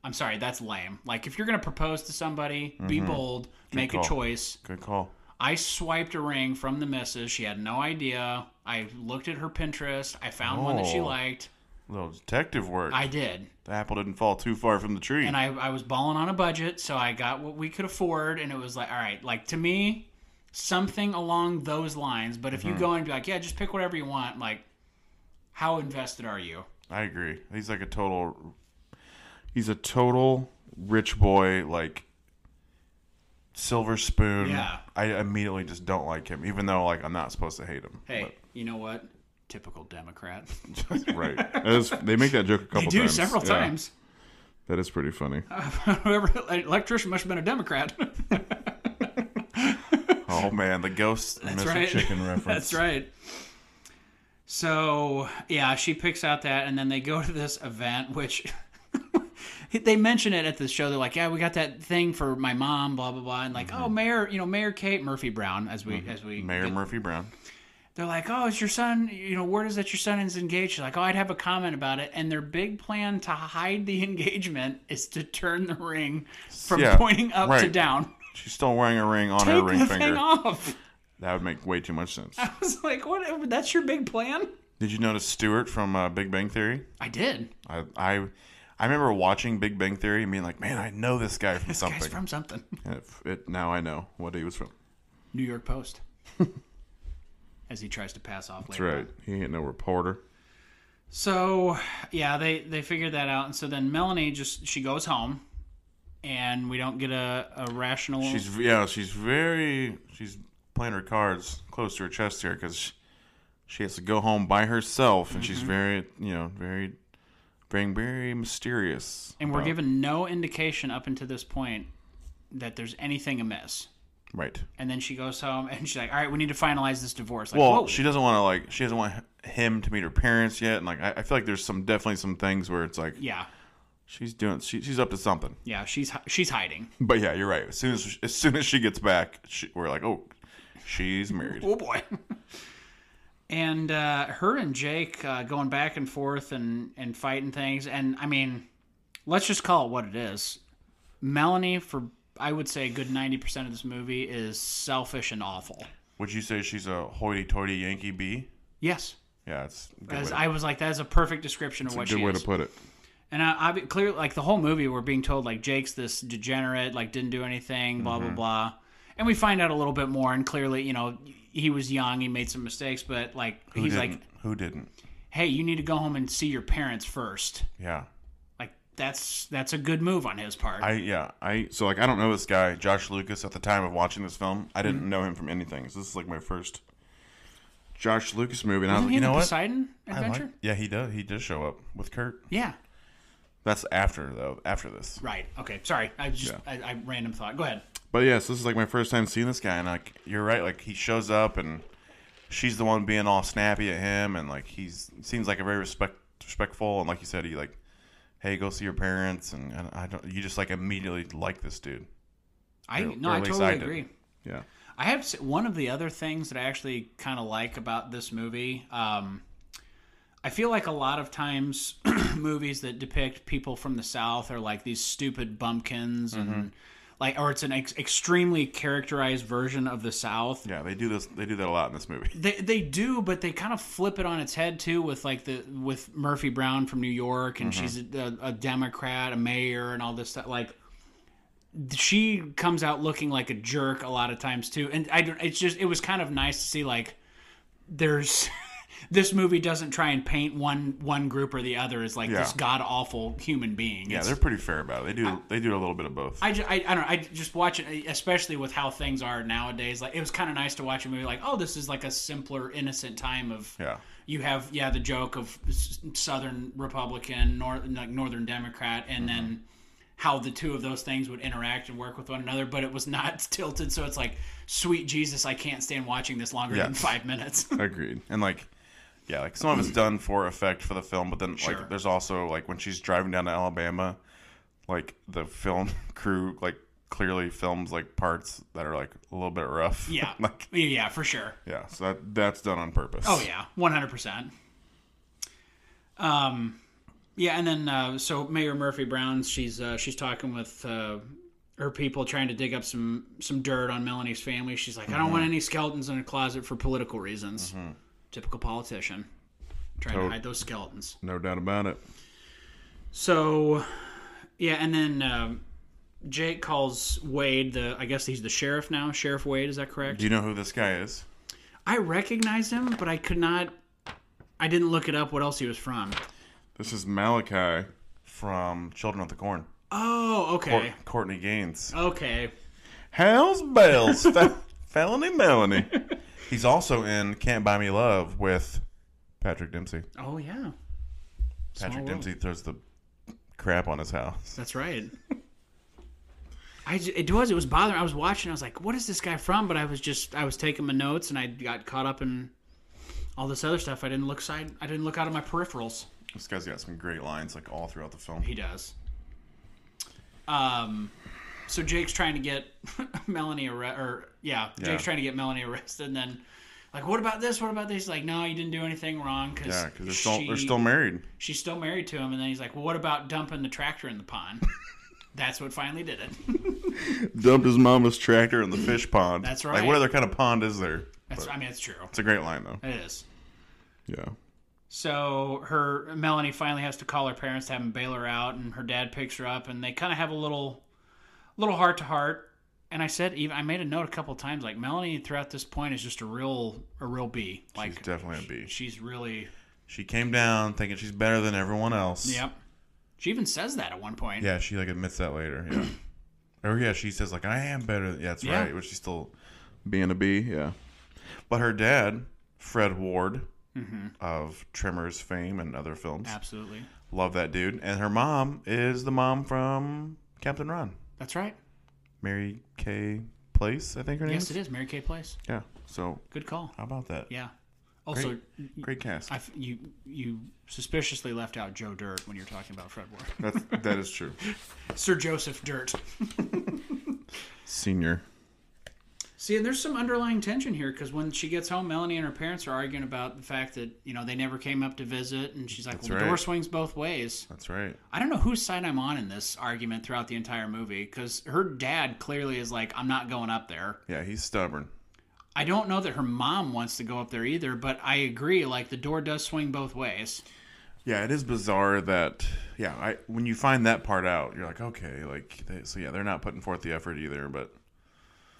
Speaker 3: I'm sorry, that's lame. Like if you're gonna propose to somebody, be bold, make
Speaker 4: Mm-hmm. call.
Speaker 3: a choice.
Speaker 4: Good call.
Speaker 3: I swiped a ring from the missus. She had no idea. I looked at her Pinterest. I found one that she
Speaker 4: Oh.
Speaker 3: liked.
Speaker 4: Little detective work.
Speaker 3: I did.
Speaker 4: the apple didn't fall too far from the tree.
Speaker 3: and I, I was balling on a budget, so I got what we could afford, and it was like, all right, like to me, something along those lines. But if you go and be like, yeah, just pick whatever you want, like, how invested are you?
Speaker 4: I agree. He's like a total. He's a total rich boy, like silver spoon.
Speaker 3: Yeah.
Speaker 4: I immediately just don't like him, even though like I'm not supposed to hate him.
Speaker 3: Hey, you know what? Typical Democrat.
Speaker 4: But- right? That is- they make that joke a couple
Speaker 3: They do
Speaker 4: times.
Speaker 3: several
Speaker 4: Yeah.
Speaker 3: times.
Speaker 4: That is pretty funny.
Speaker 3: Whoever electrician must have been a Democrat.
Speaker 4: Oh man, the ghost Mr.
Speaker 3: right.
Speaker 4: Chicken reference.
Speaker 3: That's right. So yeah, she picks out that, and then they go to this event, which they mention it at the show. They're like, "Yeah, we got that thing for my mom, blah blah blah," and like, "Oh, Mayor, you know, Mayor Kate Murphy Brown," as we as we
Speaker 4: Mm-hmm. Mayor Murphy Brown.
Speaker 3: they're like, "Oh, it's your son. You know, word is that your son is engaged." She's like, "Oh, I'd have a comment about it." And their big plan to hide the engagement is to turn the ring from
Speaker 4: Yeah,
Speaker 3: pointing up to
Speaker 4: right.
Speaker 3: down.
Speaker 4: She's still wearing a ring on her
Speaker 3: Take
Speaker 4: ring
Speaker 3: the
Speaker 4: finger.
Speaker 3: thing off.
Speaker 4: That would make way too much sense.
Speaker 3: I was like, "What? That's your big plan?"
Speaker 4: Did you notice Stewart from uh, Big Bang Theory?
Speaker 3: I did.
Speaker 4: I, I I remember watching Big Bang Theory and being like, man, I know this guy from something.
Speaker 3: Guys from something.
Speaker 4: And it, it, now I know what he was from.
Speaker 3: New York Post. As he tries to pass off
Speaker 4: That's
Speaker 3: later.
Speaker 4: right. He ain't no reporter.
Speaker 3: So yeah, they they figured that out, and so then Melanie just she goes home, and we don't get a, a rational.
Speaker 4: She's v- yeah, she's very she's playing her cards close to her chest here because she, she has to go home by herself, and
Speaker 3: Mm-hmm.
Speaker 4: she's very you know very being very mysterious.
Speaker 3: and we're
Speaker 4: about-
Speaker 3: given no indication up until this point that there's anything amiss.
Speaker 4: right.
Speaker 3: And then she goes home, and she's like, "All right, we need to finalize this divorce." Like,
Speaker 4: Well,
Speaker 3: whoa.
Speaker 4: she doesn't want to like she doesn't want h- him to meet her parents yet, and like I, I feel like there's some definitely some things where it's like
Speaker 3: yeah,
Speaker 4: she's doing she, she's up to something.
Speaker 3: yeah, she's hi- she's hiding.
Speaker 4: But yeah, you're right. As soon as as soon as she gets back, she, we're like, oh, she's married.
Speaker 3: Oh boy. and uh, her and Jake uh, going back and forth and and fighting things. And I mean, let's just call it what it is. Melanie, for I would say a good ninety percent of this movie is selfish and awful.
Speaker 4: Would you say she's a hoity-toity Yankee bee?
Speaker 3: Yes,
Speaker 4: Yeah, it's a good
Speaker 3: as
Speaker 4: way,
Speaker 3: I was like, that is a perfect description of what
Speaker 4: good
Speaker 3: she
Speaker 4: way
Speaker 3: is.
Speaker 4: to put it.
Speaker 3: And I, I clearly like the whole movie, we're being told like Jake's this degenerate, like didn't do anything, blah blah blah. And we find out a little bit more, and clearly, you know, he was young, he made some mistakes, but like
Speaker 4: Who
Speaker 3: he's
Speaker 4: didn't?
Speaker 3: like
Speaker 4: who didn't?
Speaker 3: hey you need to go home and see your parents first
Speaker 4: Yeah,
Speaker 3: like that's that's a good move on his part
Speaker 4: I yeah I so like I don't know this guy Josh Lucas at the time of watching this film. I
Speaker 3: Mm-hmm.
Speaker 4: didn't know him from anything. So this is like my first Josh Lucas movie, and I was like,
Speaker 3: Wasn't
Speaker 4: you
Speaker 3: he in the
Speaker 4: know what?
Speaker 3: poseidon
Speaker 4: I like-
Speaker 3: adventure
Speaker 4: yeah, he does. He does show up with Kurt.
Speaker 3: yeah
Speaker 4: That's after though. After this,
Speaker 3: right okay sorry i just I, I random thought go ahead
Speaker 4: But yes, this is like my first time seeing this guy, and like you're right, like he shows up and she's the one being all snappy at him, and like he's seems like a very respect respectful, and like you said, he like, hey, go see your parents, and, and I don't, you just like immediately like this dude.
Speaker 3: i
Speaker 4: Or-
Speaker 3: no
Speaker 4: or
Speaker 3: i
Speaker 4: at least
Speaker 3: totally
Speaker 4: I did.
Speaker 3: agree
Speaker 4: Yeah,
Speaker 3: I have s- one of the other things that I actually kind of like about this movie. Um, I feel like a lot of times movies that depict people from the South are like these stupid bumpkins
Speaker 4: Mm-hmm.
Speaker 3: and like, or it's an ex- extremely characterized version of the South.
Speaker 4: yeah, they do this, they do that a lot in this movie.
Speaker 3: They, they do, but they kind of flip it on its head too, with like the with Murphy Brown from New York,
Speaker 4: Mm-hmm.
Speaker 3: and she's a, a, a Democrat, a mayor, and all this stuff. Like she comes out looking like a jerk a lot of times too, and I don't. It's just it was kind of nice to see like there's this movie doesn't try and paint one one group or the other as like
Speaker 4: Yeah.
Speaker 3: this god awful human being.
Speaker 4: Yeah,
Speaker 3: It's-
Speaker 4: they're pretty fair about it. They do they do a little bit of both.
Speaker 3: I, ju- I, I don't know. I just watch it, especially with how things are nowadays. Like it was kind of nice to watch a movie like, oh, this is like a simpler, innocent time of.
Speaker 4: Yeah.
Speaker 3: You have yeah the joke of s- Southern Republican, North, like Northern Democrat, and then
Speaker 4: Mm-hmm.
Speaker 3: how the two of those things would interact and work with one another. But it was not tilted, so it's like, sweet Jesus, I can't stand watching this longer than
Speaker 4: Yes.
Speaker 3: five minutes.
Speaker 4: Agreed. And like, yeah, like some of it's done for effect for the film, but then
Speaker 3: Sure.
Speaker 4: like there's also like when she's driving down to Alabama, like the film crew like clearly films like parts that are like a little bit rough.
Speaker 3: yeah,
Speaker 4: like
Speaker 3: yeah, for sure.
Speaker 4: yeah, so that that's done on purpose.
Speaker 3: Oh yeah, one hundred percent. Um, yeah, and then uh, so Mayor Murphy Brown, she's uh, she's talking with uh, her people, trying to dig up some some dirt on Melanie's family. She's like, I don't want any skeletons in her closet for political reasons. Typical politician, trying to
Speaker 4: Tot-
Speaker 3: hide those skeletons.
Speaker 4: No doubt about it.
Speaker 3: So, yeah, and then um, Jake calls Wade. The I guess he's the sheriff now. Sheriff Wade, is that correct?
Speaker 4: Do you know who this guy is?
Speaker 3: I recognized him, but I could not. I didn't look it up. What else he was from?
Speaker 4: This is Malachi from Children of the Corn.
Speaker 3: Oh,
Speaker 4: Cour-
Speaker 3: okay.
Speaker 4: Courtney Gaines.
Speaker 3: Okay.
Speaker 4: How's Bells? Fe- felony Melanie. He's also in Can't Buy Me Love with Patrick Dempsey.
Speaker 3: Oh yeah. Small
Speaker 4: Patrick
Speaker 3: world.
Speaker 4: Dempsey throws the crap on his house.
Speaker 3: That's right. I j- it was it was bothering. I was watching. I was like, "What is this guy from?" But I was just I was taking my notes, and I got caught up in all this other stuff. I didn't look side. I didn't look out of my peripherals.
Speaker 4: This guy's got some great lines like all throughout the film.
Speaker 3: He does. Um, so Jake's trying to get Melanie arrested, or yeah, Jake's
Speaker 4: Yeah.
Speaker 3: trying to get Melanie arrested, and then. Like, what about this? What about this? He's like, no, you didn't do anything wrong because
Speaker 4: Yeah, because they're still they're still married.
Speaker 3: she's still married to him and then he's like well what about dumping the tractor in the pond that's what finally did it
Speaker 4: Dumped his mama's tractor in the fish pond.
Speaker 3: That's
Speaker 4: Like
Speaker 3: right.
Speaker 4: what other kind of pond is there?
Speaker 3: that's i mean it's true
Speaker 4: It's a great line though.
Speaker 3: it is
Speaker 4: Yeah.
Speaker 3: so her melanie finally has to call her parents to have them bail her out and her dad picks her up and they kind of have a little little heart to heart and i said even i made a note a couple times like melanie throughout this point is just a real a real b like
Speaker 4: She's definitely a bee.
Speaker 3: she's really
Speaker 4: She came down thinking she's better than everyone else.
Speaker 3: yep she even says that at one point
Speaker 4: Yeah, she like admits that later. Yeah. or yeah, she says like I am better. than-" Yeah, that's
Speaker 3: Yeah.
Speaker 4: right. Which she's still being a bee. Yeah. But her dad, Fred Ward,
Speaker 3: Mm-hmm.
Speaker 4: of Tremors fame and other films,
Speaker 3: absolutely
Speaker 4: love that dude. And her mom is the mom from Captain Ron,
Speaker 3: that's right
Speaker 4: Mary Kay Place, I think her name
Speaker 3: yes
Speaker 4: is.
Speaker 3: it is mary kay place
Speaker 4: Yeah. So
Speaker 3: good call
Speaker 4: how about that?
Speaker 3: yeah also
Speaker 4: Great cast.
Speaker 3: I f you you suspiciously left out Joe Dirt when you're talking about Fred Ward.
Speaker 4: That's that is true.
Speaker 3: Sir Joseph Dirt.
Speaker 4: Senior.
Speaker 3: See, and there's some underlying tension here because when she gets home, Melanie and her parents are arguing about the fact that you know they never came up to visit, and she's like, "Well, the
Speaker 4: right.
Speaker 3: door swings both ways."
Speaker 4: That's right.
Speaker 3: I don't know whose side I'm on in this argument throughout the entire movie because her dad clearly is like, "I'm not going up there."
Speaker 4: Yeah, he's stubborn.
Speaker 3: I don't know that her mom wants to go up there either, but I agree. Like the door does swing both ways.
Speaker 4: Yeah, it is bizarre that yeah, I when you find that part out, you're like, okay, like they, so yeah, they're not putting forth the effort either, but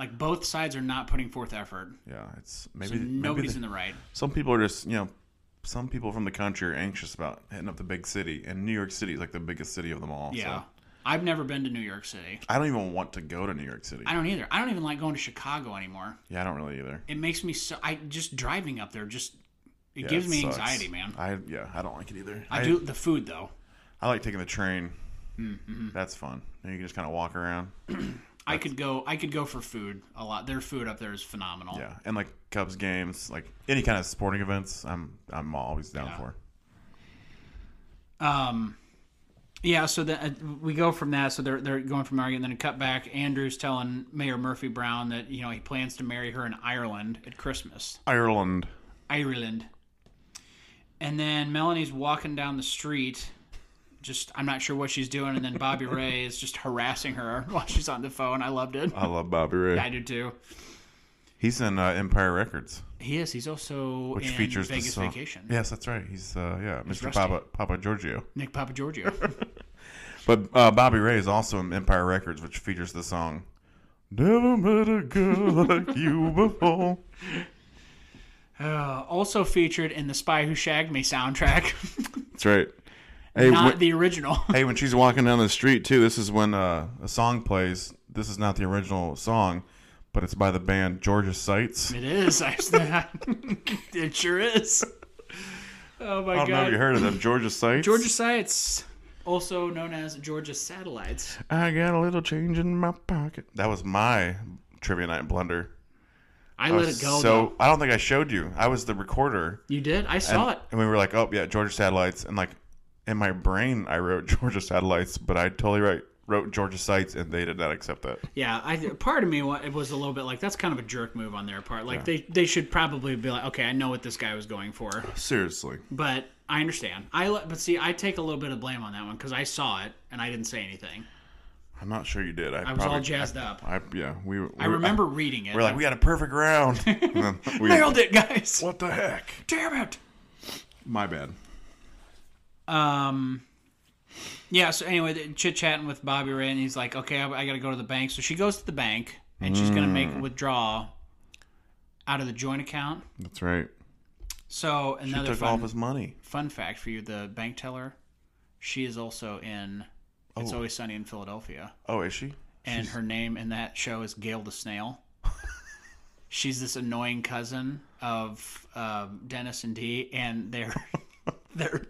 Speaker 3: Like both sides are not putting forth effort.
Speaker 4: yeah, it's maybe
Speaker 3: So
Speaker 4: maybe
Speaker 3: nobody's
Speaker 4: they-
Speaker 3: in the right.
Speaker 4: some people are just, you know, some people from the country are anxious about hitting up the big city, and New York City is like the biggest city of them all.
Speaker 3: Yeah.
Speaker 4: So
Speaker 3: I've never been to New York City.
Speaker 4: I don't even want to go to New York City.
Speaker 3: I don't either. I don't even like going to Chicago anymore.
Speaker 4: yeah, I don't really either.
Speaker 3: It makes me so I just driving up there just it
Speaker 4: Yeah,
Speaker 3: gives
Speaker 4: it
Speaker 3: me
Speaker 4: sucks.
Speaker 3: anxiety, man.
Speaker 4: I yeah, I don't like it either.
Speaker 3: I, do the food though.
Speaker 4: I like taking the train.
Speaker 3: Mm-hmm.
Speaker 4: That's fun. And you can just kind of walk around.
Speaker 3: I could go I could go for food a lot. Their food up there is phenomenal.
Speaker 4: Yeah, and like Cubs games, like any kind of sporting events, I'm I'm always down for.
Speaker 3: Um yeah, so the, uh, we go from that. So they're, they're going from arguing, then a cut back. Andrew's telling Mayor Murphy Brown that you know he plans to marry her in Ireland at Christmas.
Speaker 4: Ireland.
Speaker 3: Ireland. And then Melanie's walking down the street. Just, I'm not sure what she's doing. And then Bobby Ray is just harassing her while she's on the phone. I loved it.
Speaker 4: I love Bobby Ray.
Speaker 3: I do too.
Speaker 4: He's in uh, Empire Records,
Speaker 3: He is. He's also
Speaker 4: which
Speaker 3: in
Speaker 4: features the
Speaker 3: Vegas
Speaker 4: song.
Speaker 3: Vacation.
Speaker 4: Yes, that's right. He's uh, yeah, Mr.
Speaker 3: Rusty.
Speaker 4: Papa Papa Giorgio.
Speaker 3: Nick Papa Giorgio.
Speaker 4: But uh, Bobby Ray is also in Empire Records, which features the song. Never met a girl like you before.
Speaker 3: Uh, also featured in the Spy Who Shagged Me soundtrack,
Speaker 4: That's right. Hey,
Speaker 3: not
Speaker 4: wh-
Speaker 3: the original.
Speaker 4: hey, when she's walking down the street too, this is when uh, a song plays. This is not the original song, but it's by the band Georgia Sights.
Speaker 3: It is. I, it sure is. Oh my
Speaker 4: I don't know if
Speaker 3: god.
Speaker 4: you heard of them, Georgia Sights.
Speaker 3: Georgia Sites, also known as Georgia Satellites.
Speaker 4: I got a little change in my pocket. That was my trivia night blunder.
Speaker 3: I,
Speaker 4: I
Speaker 3: let
Speaker 4: was
Speaker 3: it go.
Speaker 4: Oh, so
Speaker 3: though.
Speaker 4: I don't think I showed you. I was the recorder,
Speaker 3: You did. I
Speaker 4: and,
Speaker 3: saw it.
Speaker 4: and we were like, "Oh yeah, Georgia Satellites," and like in my brain, I wrote Georgia Satellites, but I totally right wrote Georgia Sights, and they did not accept that.
Speaker 3: Yeah, I part of me wa- it was a little bit like that's kind of a jerk move on their part. Like they they should probably be like, okay, I know what this guy was going for,
Speaker 4: Seriously,
Speaker 3: but I understand. I let, but see, I take a little bit of blame on that one because I saw it and I didn't say anything.
Speaker 4: I'm not sure you did. I,
Speaker 3: I was all
Speaker 4: probably-
Speaker 3: jazzed up.
Speaker 4: I, yeah, we. we
Speaker 3: I remember reading it.
Speaker 4: We're like, we got a perfect round. And then we-
Speaker 3: nailed it, guys.
Speaker 4: What the heck?
Speaker 3: Damn it.
Speaker 4: My bad.
Speaker 3: Um, yeah. So anyway, chit chatting with Bobby Ray, and he's like, "Okay, I, I got to go to the bank." So she goes to the bank, and she's gonna make
Speaker 4: Mm.
Speaker 3: a withdrawal out of the joint account.
Speaker 4: That's right.
Speaker 3: So
Speaker 4: He
Speaker 3: another
Speaker 4: took
Speaker 3: fun,
Speaker 4: off his money.
Speaker 3: fun fact for you: the bank teller, she is also in "It's Always Sunny in Philadelphia,"
Speaker 4: Oh, is she?
Speaker 3: and her name in that show is Gail the Snail. She's this annoying cousin of um, Dennis and Dee, and their their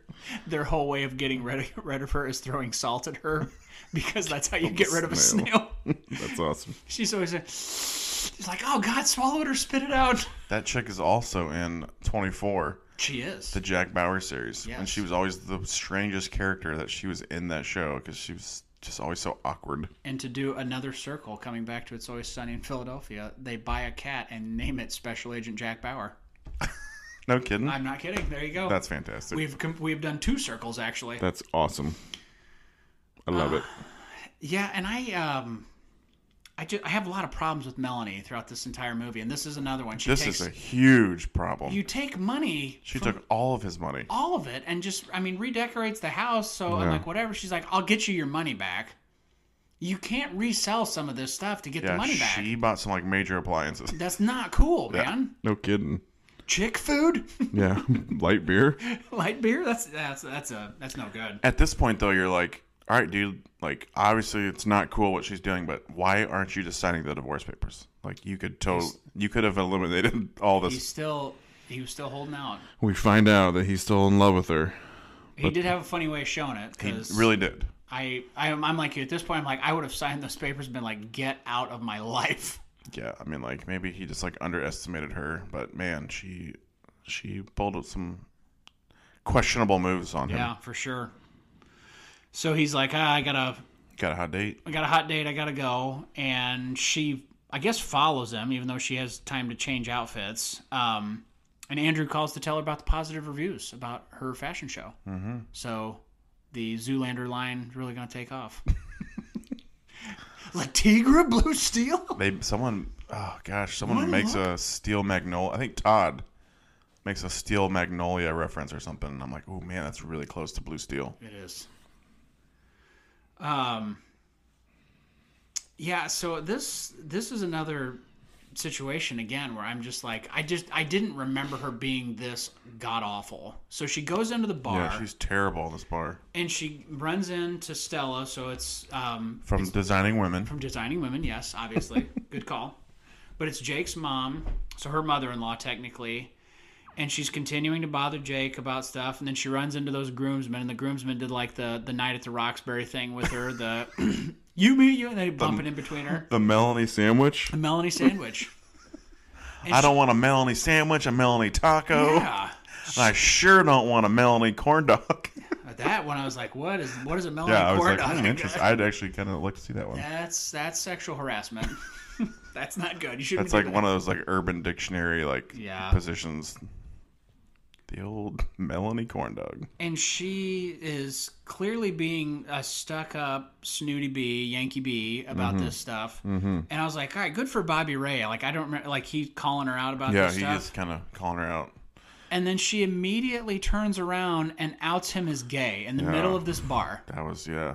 Speaker 3: their whole way of getting rid of, rid of her is throwing salt at her because that's how you get rid of a snail.
Speaker 4: snail. That's awesome.
Speaker 3: She's always like, she's like, "Oh God, swallow it or spit it out."
Speaker 4: That chick is also in 24,
Speaker 3: She is.
Speaker 4: the Jack Bauer series, and
Speaker 3: Yes.
Speaker 4: she was always the strangest character that she was in that show because she was just always so awkward.
Speaker 3: And to do another circle, coming back to It's Always Sunny in Philadelphia, they buy a cat and name it Special Agent Jack Bauer.
Speaker 4: No kidding.
Speaker 3: I'm not kidding. There you go.
Speaker 4: That's fantastic.
Speaker 3: we've com- we've done two circles actually.
Speaker 4: That's awesome. I love it.
Speaker 3: Ah, Yeah, and I um, I just I have a lot of problems with Melanie throughout this entire movie, and this is another one. She
Speaker 4: This
Speaker 3: takes
Speaker 4: is a huge problem.
Speaker 3: you take money.
Speaker 4: she
Speaker 3: from
Speaker 4: took all of his money.
Speaker 3: all of it and just I mean redecorates the house. So I'm like whatever. She's like, I'll get you your money back. You can't resell some of this stuff to get the
Speaker 4: Yeah,
Speaker 3: money back.
Speaker 4: she bought some like major appliances.
Speaker 3: That's not cool, man.
Speaker 4: No kidding.
Speaker 3: Chick food,
Speaker 4: Yeah, light beer.
Speaker 3: light beer. That's that's that's a that's no good.
Speaker 4: At this point, though, you're like, all right, dude. Like, obviously, it's not cool what she's doing, but why aren't you just signing the divorce papers? Like, you could total, you could have eliminated all
Speaker 3: He's
Speaker 4: this.
Speaker 3: still he was still holding out.
Speaker 4: We find out that he's still in love with her.
Speaker 3: He did have a funny way of showing it
Speaker 4: He
Speaker 3: because
Speaker 4: really did.
Speaker 3: I, I I'm like you at this point. I'm like I would have signed those papers and been like, get out of my life.
Speaker 4: Yeah, I mean, like maybe he just like underestimated her, but man, she she pulled up some questionable moves on him.
Speaker 3: Yeah, for sure. So he's like, ah, I got a
Speaker 4: Got a hot date.
Speaker 3: I got a hot date. I gotta go, and she I guess follows him even though she has time to change outfits. Um, and Andrew calls to tell her about the positive reviews about her fashion show. Mm-hmm. So the Zoolander line is really gonna take off. La Tigra Blue Steel.
Speaker 4: They someone oh gosh, someone makes a steel magnolia. I think Todd makes a steel magnolia reference or something. And I'm like, oh man, that's really close to blue steel.
Speaker 3: It is. Um. Yeah. So this this is another situation again where I'm just like I just I didn't remember her being this god awful. So she goes into the bar
Speaker 4: Yeah, she's terrible in this bar.
Speaker 3: and she runs into Stella. So it's um
Speaker 4: From designing women.
Speaker 3: from Designing Women. Yes, obviously, good call. But it's Jake's mom, so her mother-in-law technically, and she's continuing to bother Jake about stuff. And then she runs into those groomsmen, and the groomsmen did like the the night at the Roxbury thing with her. The you me you, and they bump it in between her.
Speaker 4: The Melanie sandwich.
Speaker 3: The Melanie sandwich.
Speaker 4: I don't want a Melanie sandwich, a Melanie taco.
Speaker 3: Yeah,
Speaker 4: And I sure don't want a Melanie corn dog.
Speaker 3: that one I was like, what is what is a Melanie
Speaker 4: yeah, I was like,
Speaker 3: corn dog?
Speaker 4: hmm, interesting. I'd actually kind of like to see that one.
Speaker 3: That's that's sexual harassment. that's not good. You shouldn't.
Speaker 4: That's
Speaker 3: do
Speaker 4: like
Speaker 3: that.
Speaker 4: one of those like Urban Dictionary like
Speaker 3: Yeah.
Speaker 4: positions. The old Melanie corn dog.
Speaker 3: and she is clearly being a stuck up snooty bee yankee bee about
Speaker 4: Mm-hmm.
Speaker 3: this stuff and i was like all right good for bobby ray like i don't remember like he's calling her out about
Speaker 4: Yeah,
Speaker 3: this
Speaker 4: he
Speaker 3: stuff
Speaker 4: is kind of calling her out.
Speaker 3: and then she immediately turns around and outs him as gay in the middle of this bar
Speaker 4: That was yeah,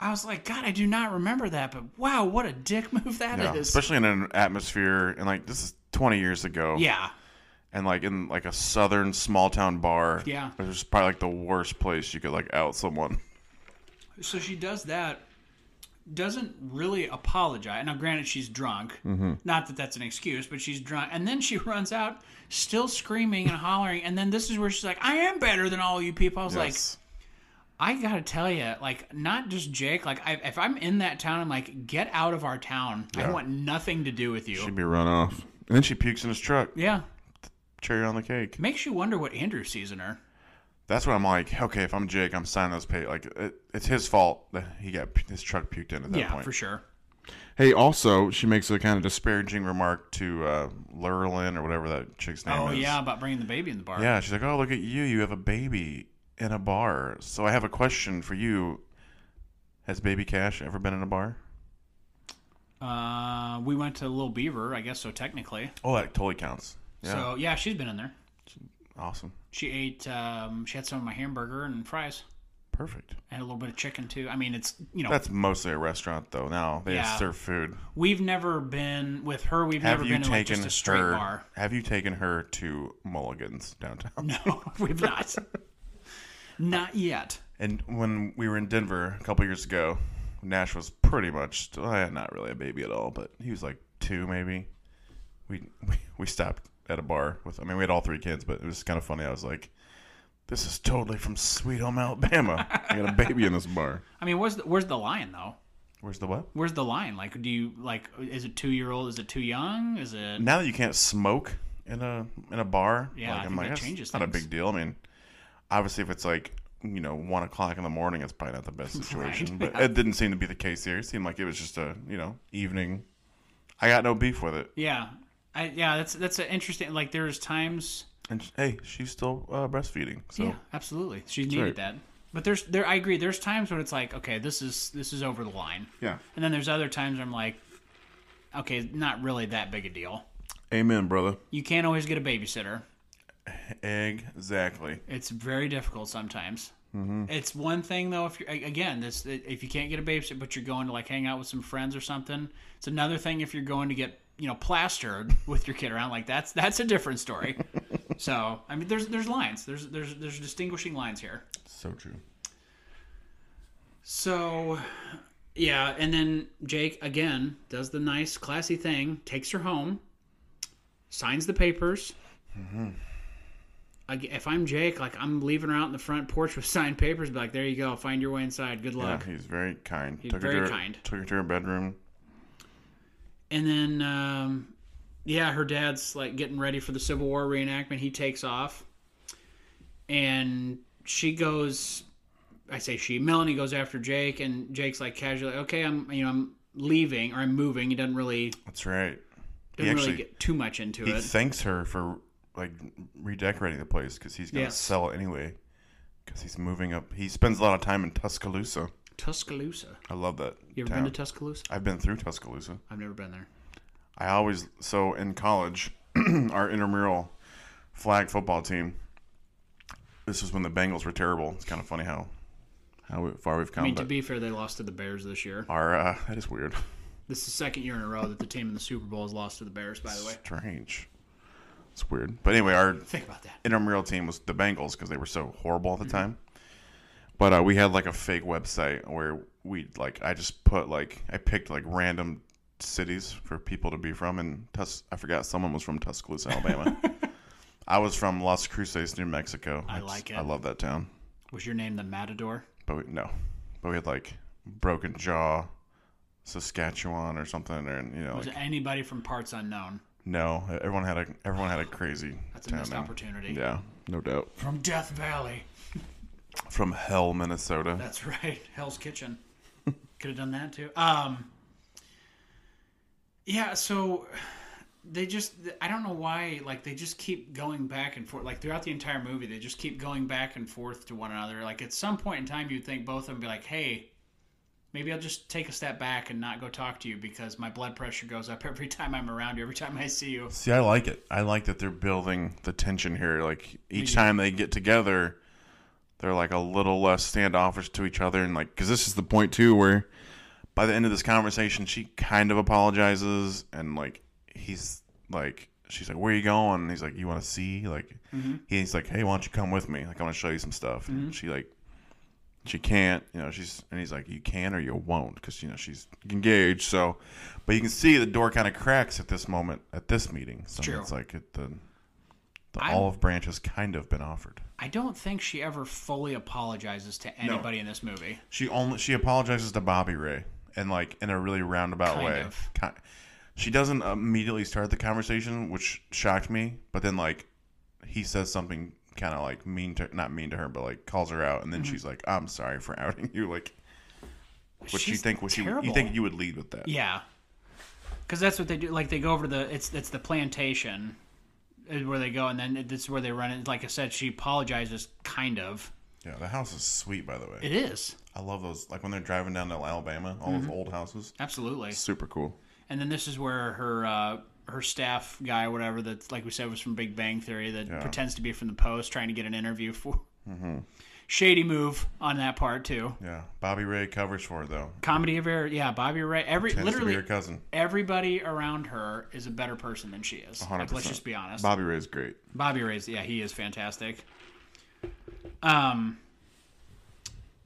Speaker 3: i was like god i do not remember that but wow what a dick move that is.
Speaker 4: yeah. especially in an atmosphere and like this is 20 years ago.
Speaker 3: yeah
Speaker 4: and like in like a southern small town bar.
Speaker 3: Yeah.
Speaker 4: which is probably like the worst place you could like out someone.
Speaker 3: So she does that, doesn't really apologize. Now, granted, she's drunk.
Speaker 4: Mm-hmm.
Speaker 3: Not that that's an excuse, but she's drunk. And then she runs out, still screaming and hollering. And then this is where she's like, I am better than all you people. I was
Speaker 4: Yes.
Speaker 3: like, I got to tell you, like, not just Jake. Like, I, if I'm in that town, I'm like, get out of our town. I want nothing to do with you.
Speaker 4: she'd be run off, and then she pukes in his truck.
Speaker 3: yeah.
Speaker 4: Cherry on the cake.
Speaker 3: Makes you wonder what Andrew sees in her.
Speaker 4: That's what I'm like. Okay, if I'm Jake, I'm signing those pay. Like it, it's his fault that he got p- his truck puked in at that
Speaker 3: yeah,
Speaker 4: point.
Speaker 3: for sure.
Speaker 4: Hey, also she makes a kind of disparaging remark to uh, Lurlin or whatever that chick's name
Speaker 3: Oh,
Speaker 4: is.
Speaker 3: yeah, about bringing the baby in the bar.
Speaker 4: Yeah, she's like, "Oh, look at you! You have a baby in a bar." So I have a question for you: Has Baby Cash ever been in a bar?
Speaker 3: Uh, we went to Little Beaver, I guess so, technically.
Speaker 4: Oh, that totally counts. Yeah,
Speaker 3: So, yeah, she's been in there.
Speaker 4: awesome,
Speaker 3: She ate. Um, she had some of my hamburger and fries,
Speaker 4: perfect.
Speaker 3: and a little bit of chicken too. I mean, it's you know,
Speaker 4: That's mostly a restaurant, though. Now they
Speaker 3: Oh. Yeah.
Speaker 4: serve food.
Speaker 3: we've never been with her. We've
Speaker 4: Have
Speaker 3: never
Speaker 4: you
Speaker 3: been in like
Speaker 4: taken
Speaker 3: just a straight
Speaker 4: her?
Speaker 3: bar.
Speaker 4: Have you taken her to Mulligan's downtown?
Speaker 3: No, we've not. not yet.
Speaker 4: And when we were in Denver a couple years ago, Nash was pretty much still, eh, not really a baby at all, but he was like two maybe. We, we we stopped at a bar with. I mean, we had all three kids, but it was kind of funny. I was like, "This is totally from Sweet Home Alabama." I got a baby in this bar.
Speaker 3: I mean, where's the, where's the line though?
Speaker 4: Where's the what?
Speaker 3: Where's the line? Like, do you like? Is it two year old? Is it too young? Is it?
Speaker 4: Now that you can't smoke in a in a bar,
Speaker 3: Yeah, I
Speaker 4: I'm
Speaker 3: think that
Speaker 4: "That's
Speaker 3: changes
Speaker 4: Not a
Speaker 3: things."
Speaker 4: big deal. I mean, obviously, if it's like you know one o'clock in the morning, it's probably not the best situation. But it didn't seem to be the case here. It seemed like it was just a you know evening. I got no beef with it.
Speaker 3: Yeah, I, yeah. That's that's an interesting. Like, there's times.
Speaker 4: And sh- hey, she's still uh, breastfeeding, so
Speaker 3: Yeah, absolutely. She needed
Speaker 4: right.
Speaker 3: that. But there's there. I agree. There's times when it's like, okay, this is this is over the line.
Speaker 4: yeah.
Speaker 3: And then there's other times I'm like, okay, not really that big a deal.
Speaker 4: Amen, brother.
Speaker 3: You can't always get a babysitter.
Speaker 4: Exactly.
Speaker 3: It's very difficult sometimes. It's one thing though if you're a- again this if you can't get a babysitter but you're going to like hang out with some friends or something. It's another thing if you're going to get you know plastered with your kid around like that's that's a different story. so I mean there's there's lines there's there's there's distinguishing lines here.
Speaker 4: So true.
Speaker 3: So, yeah, and then Jake again does the nice, classy thing, takes her home, signs the papers. Ag- If I'm Jake, like I'm leaving her out in the front porch with signed papers, be like, there you go, find your way inside. Good
Speaker 4: Yeah,
Speaker 3: luck.
Speaker 4: he's very kind. He's
Speaker 3: very
Speaker 4: her to her-
Speaker 3: kind.
Speaker 4: Took her to her bedroom.
Speaker 3: And then, um, yeah, her dad's like getting ready for the Civil War reenactment. He takes off, and she goes. I say she. Melanie goes after Jake, and Jake's like casually, "Okay, I'm you know I'm leaving or I'm moving." He doesn't really
Speaker 4: That's right.
Speaker 3: doesn't
Speaker 4: actually-
Speaker 3: really get too much into
Speaker 4: he
Speaker 3: it.
Speaker 4: thanks her for like redecorating the place because he's gonna
Speaker 3: Yes.
Speaker 4: sell it anyway because he's moving up he spends a lot of time in tuscaloosa
Speaker 3: Tuscaloosa.
Speaker 4: i love that
Speaker 3: You ever
Speaker 4: town.
Speaker 3: been to Tuscaloosa?
Speaker 4: i've been through tuscaloosa
Speaker 3: I've never been there.
Speaker 4: i always so in college our intramural flag football team this was when the bengals were terrible it's kind of funny how how far we've come
Speaker 3: I mean, to
Speaker 4: but
Speaker 3: be fair, they lost to the Bears this year.
Speaker 4: our uh, that is weird
Speaker 3: This is the second year in a row that the team in the Super Bowl has lost to the Bears. By the way,
Speaker 4: strange it's weird but anyway our
Speaker 3: think about that.
Speaker 4: intramural team was the Bengals because they were so horrible
Speaker 3: Mm-hmm.
Speaker 4: at the time. But uh, we had like a fake website where we like I just put like I picked like random cities for people to be from, and Tus- I forgot someone was from Tuscaloosa, Alabama. I was from Las Cruces, New Mexico. I
Speaker 3: like
Speaker 4: I
Speaker 3: it.
Speaker 4: love that town.
Speaker 3: Was your name the Matador?
Speaker 4: But we, no, but we had like Broken Jaw, Saskatchewan, or something, or you know,
Speaker 3: Was
Speaker 4: like,
Speaker 3: it anybody from parts unknown?
Speaker 4: no. e-, Everyone had a everyone had a crazy
Speaker 3: That's a
Speaker 4: town
Speaker 3: missed
Speaker 4: name.
Speaker 3: opportunity.
Speaker 4: Yeah, no doubt.
Speaker 3: From Death Valley.
Speaker 4: From Hell, Minnesota.
Speaker 3: That's right. Hell's Kitchen. Could have done that too. Um Yeah, so they just I don't know why like they just keep going back and forth like throughout the entire movie they just keep going back and forth to one another. Like at some point in time you'd think both of them be like, "Hey, maybe I'll just take a step back and not go talk to you because my blood pressure goes up every time I'm around you, every time I see you."
Speaker 4: See, I like it. I like that they're building the tension here. Like each time they get together, they're like a little less standoffish to each other, and like because this is the point too where by the end of this conversation, she kind of apologizes, and like he's like she's like, "Where are you going?" And he's like, "You want to see?" Like,
Speaker 3: Mm-hmm.
Speaker 4: he's like, "Hey, why don't you come with me? Like, I want to show you some stuff." And she like, she can't, you know. She's and he's like, "You can or you won't," because you know she's engaged. So, but you can see the door kind of cracks at this moment at this meeting. So
Speaker 3: True.
Speaker 4: it's like it, the the
Speaker 3: I'm-
Speaker 4: olive branch has kind of been offered.
Speaker 3: I don't think she ever fully apologizes to anybody in this movie.
Speaker 4: She only she apologizes to Bobby Ray and like in a really roundabout
Speaker 3: Kind
Speaker 4: way.
Speaker 3: of.
Speaker 4: Ki- She doesn't immediately start the conversation, which shocked me. But then like he says something kind of like mean to not mean to her, but like calls her out, and then
Speaker 3: Mm-hmm.
Speaker 4: she's like, "I'm sorry for outing you." Like, what you
Speaker 3: She's
Speaker 4: think? What you you
Speaker 3: terrible.
Speaker 4: think you would lead with that?
Speaker 3: Yeah, because that's what they do. Like they go over to the it's it's the plantation is where they go, and then it- this is where they run it. Like I said, she apologizes. Kind of.
Speaker 4: Yeah, the house is sweet, by the way.
Speaker 3: It Mm-hmm. is
Speaker 4: I love those. Like when they're driving down to Alabama, all those old houses,
Speaker 3: absolutely.
Speaker 4: super cool.
Speaker 3: And then this is where her uh, her staff guy, or whatever that, like we said, was from Big Bang Theory, that pretends to be from the Post, trying to get an interview for.
Speaker 4: Mm-hmm.
Speaker 3: Shady move on that part too.
Speaker 4: Yeah, Bobby Ray covers for her though.
Speaker 3: Comedy of error, yeah. Bobby Ray, every
Speaker 4: Tends to be
Speaker 3: literally
Speaker 4: her cousin.
Speaker 3: everybody around her is a better person than she is. Like, let's
Speaker 4: 100%.
Speaker 3: just be honest.
Speaker 4: Bobby Ray's great.
Speaker 3: Bobby Ray's yeah, he is fantastic. Um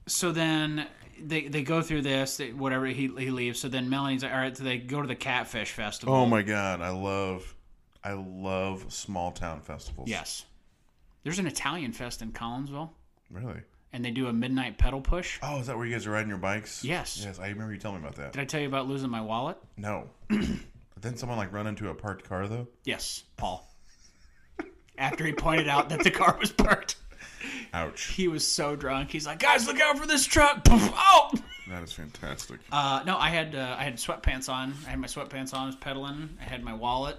Speaker 3: so then they they go through this, they, whatever he he leaves. So then Melanie's like, all right, so they go to the catfish festival.
Speaker 4: Oh my god, I love I love small town festivals.
Speaker 3: Yes. There's an Italian fest in Collinsville
Speaker 4: Really?
Speaker 3: and they do a midnight pedal push.
Speaker 4: Oh, is that where you guys are riding your bikes?
Speaker 3: Yes.
Speaker 4: Yes, I remember you telling me about that.
Speaker 3: Did I tell you about losing my wallet?
Speaker 4: No. Didn't someone like run into a parked car though?
Speaker 3: Yes, Paul. After he pointed out that the car was parked.
Speaker 4: Ouch.
Speaker 3: He was so drunk. He's like, "Guys, look out for this truck!" Poof, oh,
Speaker 4: That is fantastic.
Speaker 3: Uh, no, I had uh, I had sweatpants on. I had my sweatpants on. I was pedaling. I had my wallet,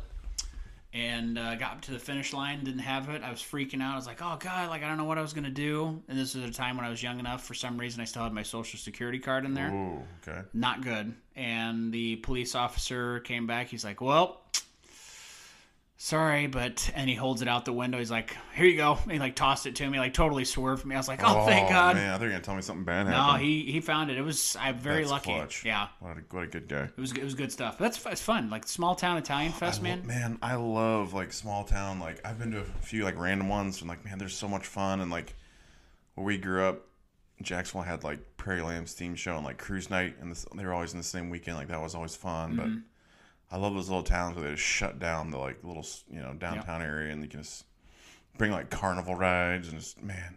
Speaker 3: and uh, got up to the finish line. Didn't have it. I was freaking out. I was like, "Oh God!" Like I don't know what I was gonna do. And this was a time when I was young enough. For some reason, I still had my social security card in there.
Speaker 4: Ooh, okay.
Speaker 3: Not good. And the police officer came back. He's like, "Well." Sorry, but and he holds it out the window. He's like, "Here you go." And he like tossed it to me, like totally swerved me. I was like, "Oh, thank God!"
Speaker 4: Man, I thought you were gonna tell me something bad
Speaker 3: No,
Speaker 4: happened.
Speaker 3: he he found it. It was I'm very
Speaker 4: That's
Speaker 3: lucky.
Speaker 4: clutch.
Speaker 3: Yeah,
Speaker 4: What a, what a good guy.
Speaker 3: it was it was good stuff. That's fu- it's fun, like small town Italian fest,
Speaker 4: I lo-
Speaker 3: man.
Speaker 4: man, I love like small town. Like I've been to a few like random ones, and like man, there's so much fun. And like where we grew up, Jacksonville had like Prairie Lamb Steam Show and like cruise night, and this, they were always in the same weekend. Like that was always fun.
Speaker 3: Mm-hmm.
Speaker 4: But I love those little towns where they just shut down the like little s- you know downtown area, and you can just bring like carnival rides and just man,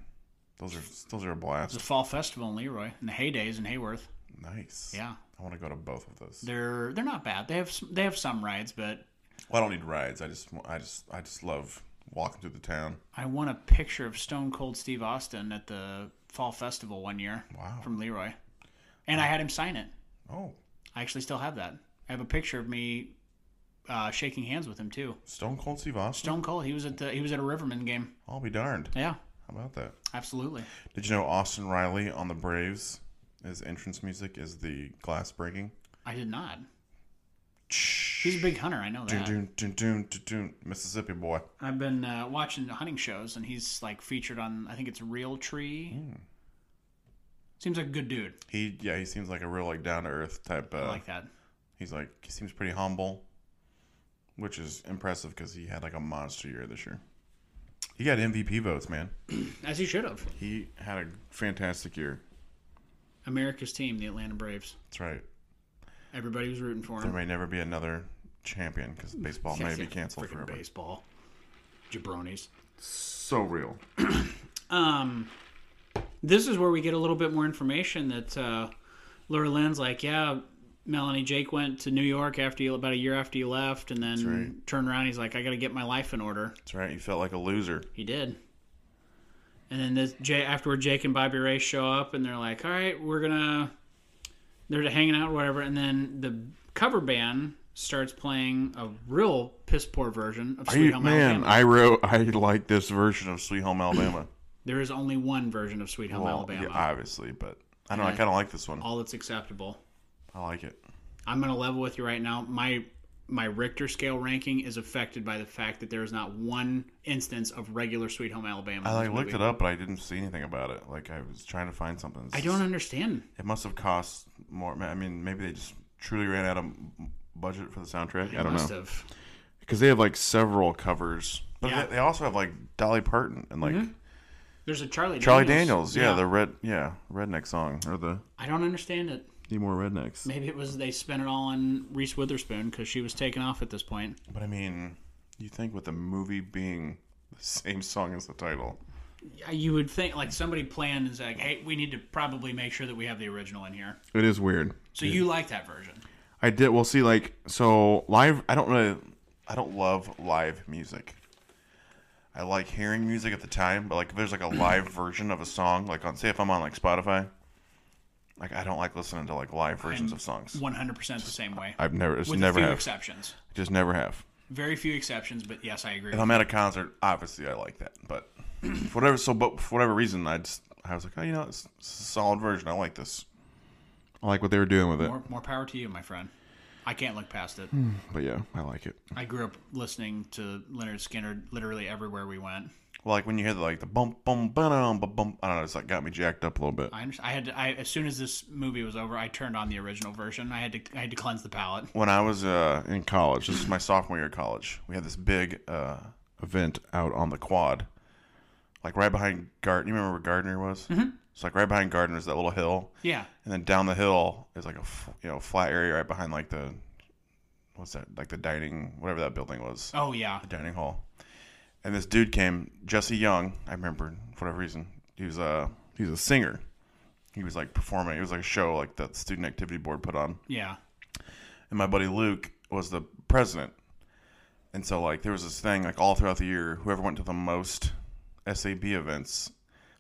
Speaker 4: those are those are a
Speaker 3: It's a
Speaker 4: blast.
Speaker 3: fall festival in Leroy in the heydays in Hayworth.
Speaker 4: Nice.
Speaker 3: Yeah,
Speaker 4: I want to go to both of those.
Speaker 3: they're they're not bad. They have s- they have some rides, but
Speaker 4: Well, I don't need rides. I just I just I just love walking through the town.
Speaker 3: I want a picture of Stone Cold Steve Austin at the fall festival one year
Speaker 4: Wow.
Speaker 3: from Leroy, and I had him sign it.
Speaker 4: Oh.
Speaker 3: I actually still have that. I have a picture of me uh, shaking hands with him too.
Speaker 4: Stone Cold Steve Austin.
Speaker 3: Stone Cold, he was at the he was at a Riverman game.
Speaker 4: I'll be darned.
Speaker 3: Yeah,
Speaker 4: How about that?
Speaker 3: absolutely.
Speaker 4: Did you know Austin Riley on the Braves? His entrance music is the glass breaking.
Speaker 3: I did not. He's a big hunter. I know that.
Speaker 4: Dun, dun, dun, dun, dun, dun. Mississippi boy.
Speaker 3: I've been uh, watching hunting shows, and he's like featured on. I think it's Real Tree.
Speaker 4: Hmm.
Speaker 3: Seems like a good dude.
Speaker 4: He yeah, he seems like a real like down to earth type. Uh,
Speaker 3: I like that.
Speaker 4: He's like he seems pretty humble, which is impressive because he had like a monster year this year. He got MVP votes, man.
Speaker 3: As he should have.
Speaker 4: He had a fantastic year.
Speaker 3: America's team, the Atlanta Braves.
Speaker 4: That's right.
Speaker 3: Everybody was rooting for
Speaker 4: There
Speaker 3: him.
Speaker 4: may never be another champion because baseball may be canceled
Speaker 3: Frickin'
Speaker 4: forever.
Speaker 3: baseball. Jabronis.
Speaker 4: So real.
Speaker 3: Um, this is where we get a little bit more information that uh, Laura Lynn's like, yeah, Melanie Jake went to New York after you, about a year after you left, and then
Speaker 4: right.
Speaker 3: turned around. He's like, I got to get my life in order.
Speaker 4: That's right. You felt like a loser.
Speaker 3: He did. And then this Jay afterward, Jake and Bobby Ray show up, and they're like, "All right, we're gonna." They're hanging out, or whatever, and then the cover band starts playing a real piss poor version of
Speaker 4: Are
Speaker 3: Sweet
Speaker 4: you,
Speaker 3: Home
Speaker 4: man,
Speaker 3: Alabama.
Speaker 4: I wrote. I like this version of Sweet Home Alabama.
Speaker 3: There is only one version of Sweet Home
Speaker 4: well,
Speaker 3: Alabama.
Speaker 4: Oh, yeah, obviously, but I don't. know. I kind of like this one.
Speaker 3: All that's acceptable.
Speaker 4: I like it.
Speaker 3: I'm gonna level with you right now. My my Richter scale ranking is affected by the fact that there is not one instance of regular Sweet Home Alabama.
Speaker 4: I
Speaker 3: in
Speaker 4: like,
Speaker 3: this
Speaker 4: looked
Speaker 3: movie.
Speaker 4: it up, but I didn't see anything about it. Like I was trying to find something. It's
Speaker 3: I don't
Speaker 4: just-
Speaker 3: understand.
Speaker 4: It must have cost more. I mean, maybe they just truly ran out of budget for the soundtrack. I don't
Speaker 3: Must
Speaker 4: know.
Speaker 3: have.
Speaker 4: because they have like several covers, but
Speaker 3: Yeah. Mm-hmm.
Speaker 4: they- they also have like Dolly Parton and like
Speaker 3: There's a Charlie
Speaker 4: Charlie Daniels. Yeah, the red, yeah, redneck song or the
Speaker 3: I don't understand it.
Speaker 4: Need More Rednecks.
Speaker 3: Maybe it was they spent it all on Reese Witherspoon because she was taken off at this point.
Speaker 4: But I mean, you think with the movie being the same song as the title,
Speaker 3: Yeah, You would think like somebody planned is like, hey, we need to probably make sure that we have the original in here.
Speaker 4: it is weird.
Speaker 3: So you like that version?
Speaker 4: I did. We'll see. Like so, live. I don't really. I don't love live music. I like hearing music at the time, but like if there's like a live version of a song, like on say if I'm on like Spotify, like I don't like listening to like live versions of songs.
Speaker 3: One hundred percent the same way.
Speaker 4: I've never, just
Speaker 3: with
Speaker 4: never
Speaker 3: a few
Speaker 4: have,
Speaker 3: exceptions.
Speaker 4: just never have.
Speaker 3: Very few exceptions, but yes, I agree.
Speaker 4: If I'm at a concert, obviously I like that, but for whatever. So, but for whatever reason, I just I was like, oh, you know, it's, it's a solid version. I like this. I like what they were doing with it.
Speaker 3: more, more power to you, my friend. I can't look past it.
Speaker 4: But yeah, I like it.
Speaker 3: I grew up listening to Leonard Skinner literally everywhere we went.
Speaker 4: Like when you hear the, like the bump bump bum bum bum. I don't know. It's like got me jacked up a little bit.
Speaker 3: I under- I had to, I as soon as this movie was over, I turned on the original version. I had to I had to cleanse the palate.
Speaker 4: when I was uh, in college, this is my sophomore year of college, we had this big uh, event out on the quad. Like right behind Gardner. You remember where Gardner was? Mm-hmm. It's like right behind Gardner is that little hill.
Speaker 3: Yeah,
Speaker 4: And then down the hill is like a f- you know flat area right behind like the what's that like the dining whatever that building was
Speaker 3: Oh yeah,
Speaker 4: the dining hall. And this dude came, Jesse Young. I remember for whatever reason he was a he was a singer. He was like performing. It was like a show like that the student activity board put on
Speaker 3: yeah.
Speaker 4: and my buddy Luke was the president. And so like there was this thing like all throughout the year, whoever went to the most SAB events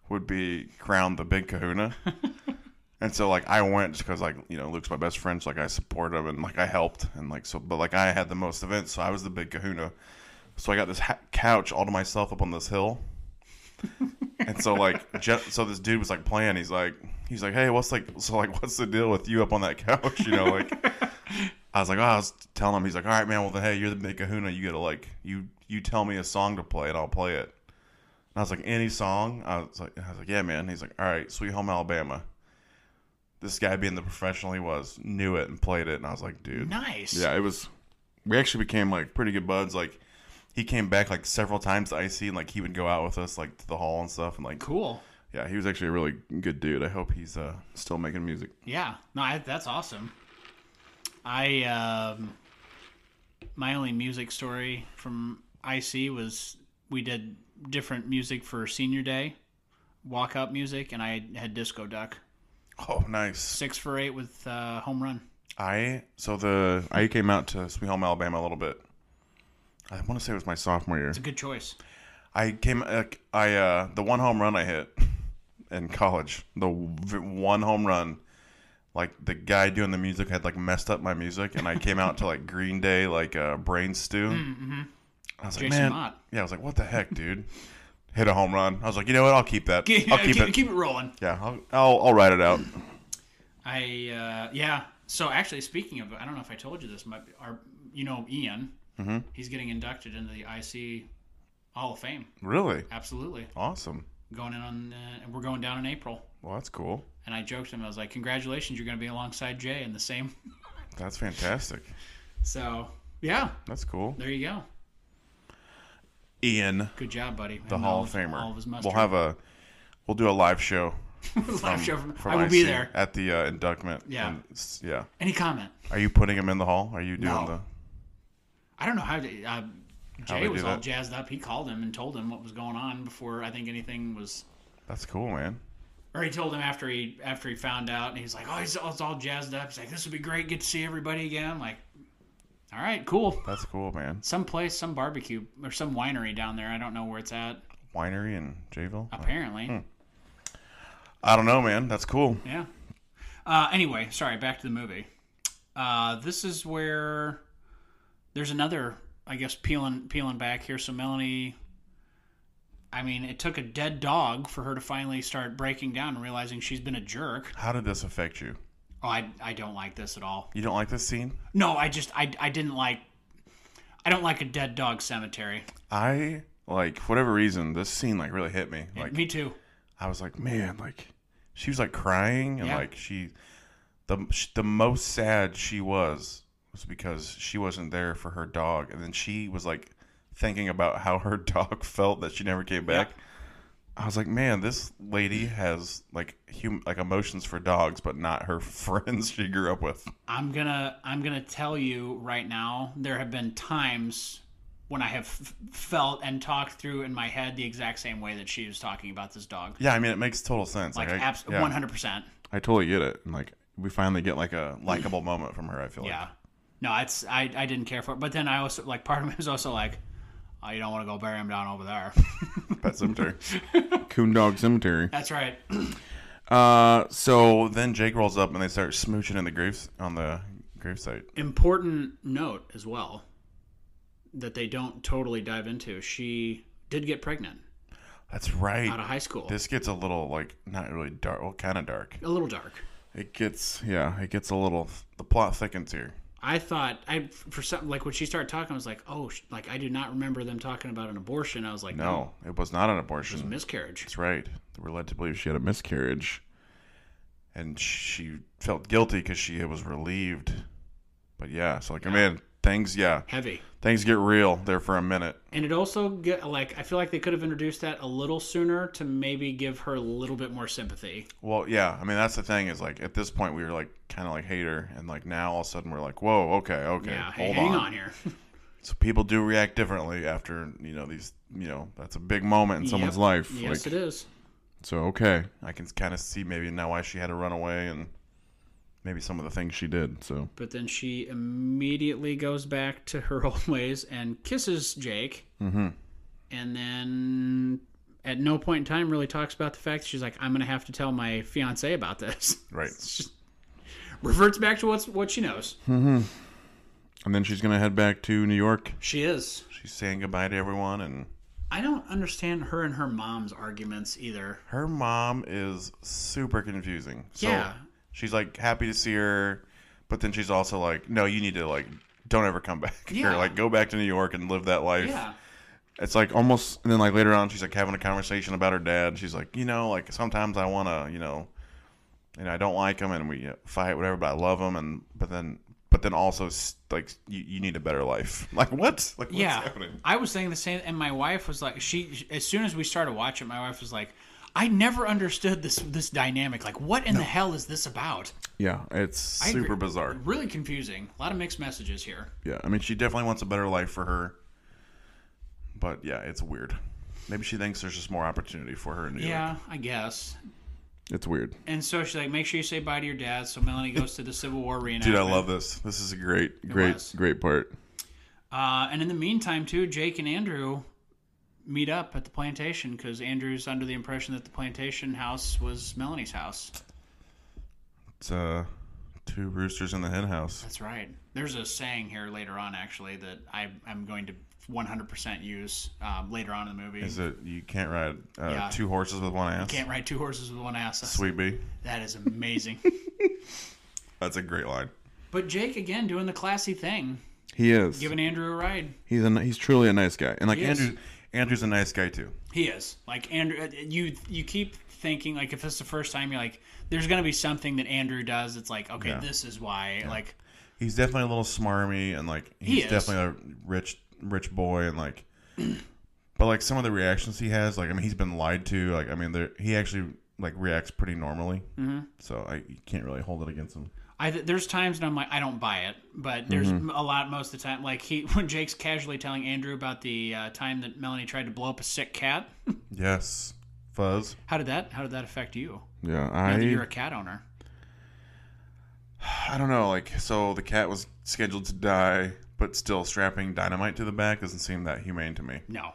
Speaker 4: would be crowned the big kahuna. and so like I went just because like, you know, Luke's my best friend, so like I support him and like I helped and like so but like I had the most events, so I was the big kahuna. So I got this ha- couch all to myself up on this hill. And so like Je- so this dude was like playing, he's like he's like, "Hey, what's like so like what's the deal with you up on that couch, you know, like I was like, oh, I was telling him. He's like, all right, man. Well, then, hey, you're the big Kahuna. You gotta like, you you tell me a song to play, and I'll play it. And I was like, any song. I was like, I was like, yeah, man. He's like, all right, Sweet Home Alabama. This guy, being the professional he was, knew it and played it, and I was like, dude,
Speaker 3: Nice.
Speaker 4: yeah, it was. We actually became like pretty good buds. Like, he came back like several times to IC, and like he would go out with us like to the hall and stuff, and like,
Speaker 3: Cool.
Speaker 4: yeah, he was actually a really good dude. I hope he's uh still making music.
Speaker 3: Yeah. No, I, that's awesome. I um, my only music story from IC was we did different music for senior day, walk up music, and I had disco duck
Speaker 4: Oh, nice.
Speaker 3: six for eight with uh, home run.
Speaker 4: I so the I came out to Sweet Home Alabama a little bit. I want to say it was my sophomore year.
Speaker 3: It's a good choice.
Speaker 4: I came uh, I uh the one home run I hit in college, the v- one home run like the guy doing the music had like messed up my music and I came out to like Green Day like uh Brain Stew. I was like,
Speaker 3: Jason
Speaker 4: man.
Speaker 3: Mott.
Speaker 4: Yeah, I was like, what the heck, dude? Hit a home run. I was like, you know what? I'll keep that. I'll keep, it.
Speaker 3: keep it rolling.
Speaker 4: Yeah, I'll, I'll I'll write it out.
Speaker 3: I uh, yeah. So actually, speaking of, I don't know if I told you this. My, our, you know, Ian,
Speaker 4: Mm-hmm.
Speaker 3: he's getting inducted into the IC Hall of Fame.
Speaker 4: Really?
Speaker 3: Absolutely,
Speaker 4: Awesome.
Speaker 3: going in on, uh, and we're going down in April.
Speaker 4: Well, that's cool.
Speaker 3: And I joked to him, I was like, "Congratulations, you're going to be alongside Jay in the same."
Speaker 4: That's fantastic.
Speaker 3: So yeah,
Speaker 4: That's cool.
Speaker 3: there you go.
Speaker 4: Ian
Speaker 3: Good job, buddy.
Speaker 4: the
Speaker 3: And
Speaker 4: Hall
Speaker 3: all
Speaker 4: of
Speaker 3: his-
Speaker 4: Famer.
Speaker 3: All of his mustard.
Speaker 4: we'll have a we'll do a live show.
Speaker 3: live show from, I will
Speaker 4: IC
Speaker 3: be there.
Speaker 4: at the uh, inductment.
Speaker 3: Yeah.
Speaker 4: And it's- yeah.
Speaker 3: Any comment?
Speaker 4: Are you putting him in the hall? Are you doing
Speaker 3: No.
Speaker 4: the?
Speaker 3: I don't know how. To, uh,
Speaker 4: How
Speaker 3: Jay
Speaker 4: they
Speaker 3: was
Speaker 4: do
Speaker 3: all
Speaker 4: that.
Speaker 3: jazzed up. He called him and told him what was going on before I think anything was
Speaker 4: That's cool, man.
Speaker 3: or he told him after he after he found out, and he's like, "Oh, he's all, it's all jazzed up." He's like, "This would be great. Get to see everybody again." I'm like, all right, cool.
Speaker 4: That's cool, man.
Speaker 3: Some place, some barbecue or some winery down there. I don't know where it's at.
Speaker 4: Winery in Jayville.
Speaker 3: Apparently,
Speaker 4: Hmm. I don't know, man. That's cool.
Speaker 3: yeah. Uh, anyway, sorry. Back to the movie. Uh, this is where there's another, I guess, peeling peeling back here. So Melanie. I mean, it took a dead dog for her to finally start breaking down and realizing she's been a jerk.
Speaker 4: How did this affect you?
Speaker 3: Oh, I, I don't like this at all.
Speaker 4: You don't like this scene?
Speaker 3: No, I just I, I didn't like I don't like a dead dog cemetery.
Speaker 4: I like for whatever reason this scene like really hit me. Like
Speaker 3: Me too.
Speaker 4: I was like, man, like she was like crying and
Speaker 3: Yeah.
Speaker 4: like she the the most sad she was was because she wasn't there for her dog, and then she was like thinking about how her dog felt that she never came back. I was like, man, this lady has like hum- like emotions for dogs, but not her friends she grew up with.
Speaker 3: I'm gonna I'm gonna tell you right now. There have been times when I have f- felt and talked through in my head the exact same way that she was talking about this dog.
Speaker 4: Yeah, I mean, it makes total sense.
Speaker 3: Like,
Speaker 4: I-
Speaker 3: abs-
Speaker 4: yeah.
Speaker 3: 100%.
Speaker 4: I totally get it. And like we finally get like a likable moment from her, I feel
Speaker 3: Yeah.
Speaker 4: like.
Speaker 3: No, it's I, I didn't care for it. But then I also like part of me was also like, oh, you don't want to go bury him down over there.
Speaker 4: Pet Cemetery. Coon Dog Cemetery.
Speaker 3: That's right.
Speaker 4: Uh so then Jake rolls up and they start smooching in the graves on the gravesite.
Speaker 3: Important note as well that they don't totally dive into. She did get pregnant
Speaker 4: That's
Speaker 3: out of
Speaker 4: right.
Speaker 3: high school.
Speaker 4: This gets a little like not really dark well kinda dark.
Speaker 3: a little dark.
Speaker 4: It gets yeah, it gets a little the plot thickens here.
Speaker 3: I thought I for something like when she started talking, I was like, oh, sh- like I do not remember them talking about an abortion. I was like, no,
Speaker 4: No, it was not an abortion.
Speaker 3: miscarriage.
Speaker 4: That's right. They were led to believe she had a miscarriage. And she felt guilty because she was relieved. But yeah, so like, man, things, yeah,
Speaker 3: Heavy.
Speaker 4: things get real there for a minute.
Speaker 3: And it also get like I feel like they could have introduced that a little sooner to maybe give her a little bit more sympathy.
Speaker 4: Well, yeah, I mean, that's the thing is like, at this point, we were like, kind of like hater. And like, now all of a sudden, we're like, whoa, okay, okay,
Speaker 3: Yeah, hey,
Speaker 4: hold
Speaker 3: hang
Speaker 4: on.
Speaker 3: on, here.
Speaker 4: So people do react differently after, you know, these, you know, that's a big moment in someone's
Speaker 3: Yep.
Speaker 4: life.
Speaker 3: Yes,
Speaker 4: like,
Speaker 3: it is.
Speaker 4: So, okay. I can kind of see maybe now why she had to run away and maybe some of the things she did. So,
Speaker 3: But then she immediately goes back to her old ways and kisses Jake. Mm-hmm. And then at no point in time really talks about the fact that she's like, I'm going to have to tell my fiance about this.
Speaker 4: right.
Speaker 3: It's just- reverts back to what's what she knows.
Speaker 4: And then she's gonna head back to New York.
Speaker 3: She is.
Speaker 4: She's saying goodbye to everyone, and
Speaker 3: I don't understand her and her mom's arguments either.
Speaker 4: her mom is super confusing. So
Speaker 3: Yeah.
Speaker 4: she's like happy to see her, but then she's also like, "No, you need to like don't ever come back here.
Speaker 3: Yeah.
Speaker 4: Like go back to New York and live that life."
Speaker 3: Yeah.
Speaker 4: It's like almost, and then like later on, she's like having a conversation about her dad. She's like, you know, like sometimes I wanna, you know, and I don't like him, and we you know, fight, whatever, but I love him, and but then. But then also, s- like, you, you need a better life. Like, what? Like, what's
Speaker 3: yeah.
Speaker 4: happening?
Speaker 3: I was saying the same and my wife was like she as soon as we started watching my wife was like I never understood this this dynamic. Like what in the hell is this about?
Speaker 4: Yeah, it's
Speaker 3: agree.
Speaker 4: super bizarre.
Speaker 3: Really confusing. A lot of mixed messages here.
Speaker 4: Yeah, I mean, she definitely wants a better life for her. But yeah, it's weird. Maybe she thinks there's just more opportunity for her in New York.
Speaker 3: Yeah, I guess.
Speaker 4: It's weird.
Speaker 3: And so she's like, make sure you say bye to your dad. So Melanie goes to the Civil War reenactment.
Speaker 4: Dude, I love this. This is a great, great,
Speaker 3: was.
Speaker 4: great part.
Speaker 3: Uh, and in the meantime, too, Jake and Andrew meet up at the plantation because Andrew's under the impression that the plantation house was Melanie's house.
Speaker 4: It's uh, two roosters in the hen house.
Speaker 3: That's right. There's a saying here later on, actually, that I, I'm going to 100% use um, later on in the movie.
Speaker 4: Is it you can't ride uh,
Speaker 3: Yeah.
Speaker 4: two horses with one ass?
Speaker 3: Can't ride two horses with one ass. That's-
Speaker 4: Sweet bee.
Speaker 3: That is amazing.
Speaker 4: That's a great line.
Speaker 3: but Jake, again, doing the classy thing,
Speaker 4: He is.
Speaker 3: giving Andrew a ride.
Speaker 4: He's a, he's truly a nice guy, and like
Speaker 3: He is.
Speaker 4: Andrew, Andrew's a nice guy too.
Speaker 3: He is like Andrew. uh, You you keep thinking like if this is the first time you're like, there's gonna be something that Andrew does. It's like okay,
Speaker 4: Yeah.
Speaker 3: this is why. Like
Speaker 4: He's definitely a little smarmy and like
Speaker 3: He
Speaker 4: he's
Speaker 3: is.
Speaker 4: definitely a rich rich boy and like but like some of the reactions he has like I mean he's been lied to like I mean there he actually like reacts pretty normally mm-hmm. so I you can't really hold it against him
Speaker 3: I there's times when I'm like I don't buy it, but there's
Speaker 4: Mm-hmm.
Speaker 3: a lot most of the time. Like he when Jake's casually telling Andrew about the uh, time that Melanie tried to blow up a sick cat.
Speaker 4: yes fuzz
Speaker 3: how did that How did that affect you?
Speaker 4: yeah
Speaker 3: Now
Speaker 4: I
Speaker 3: that you're a cat owner.
Speaker 4: I don't know like so the cat was scheduled to die but still strapping dynamite to the back doesn't seem that humane to me
Speaker 3: No,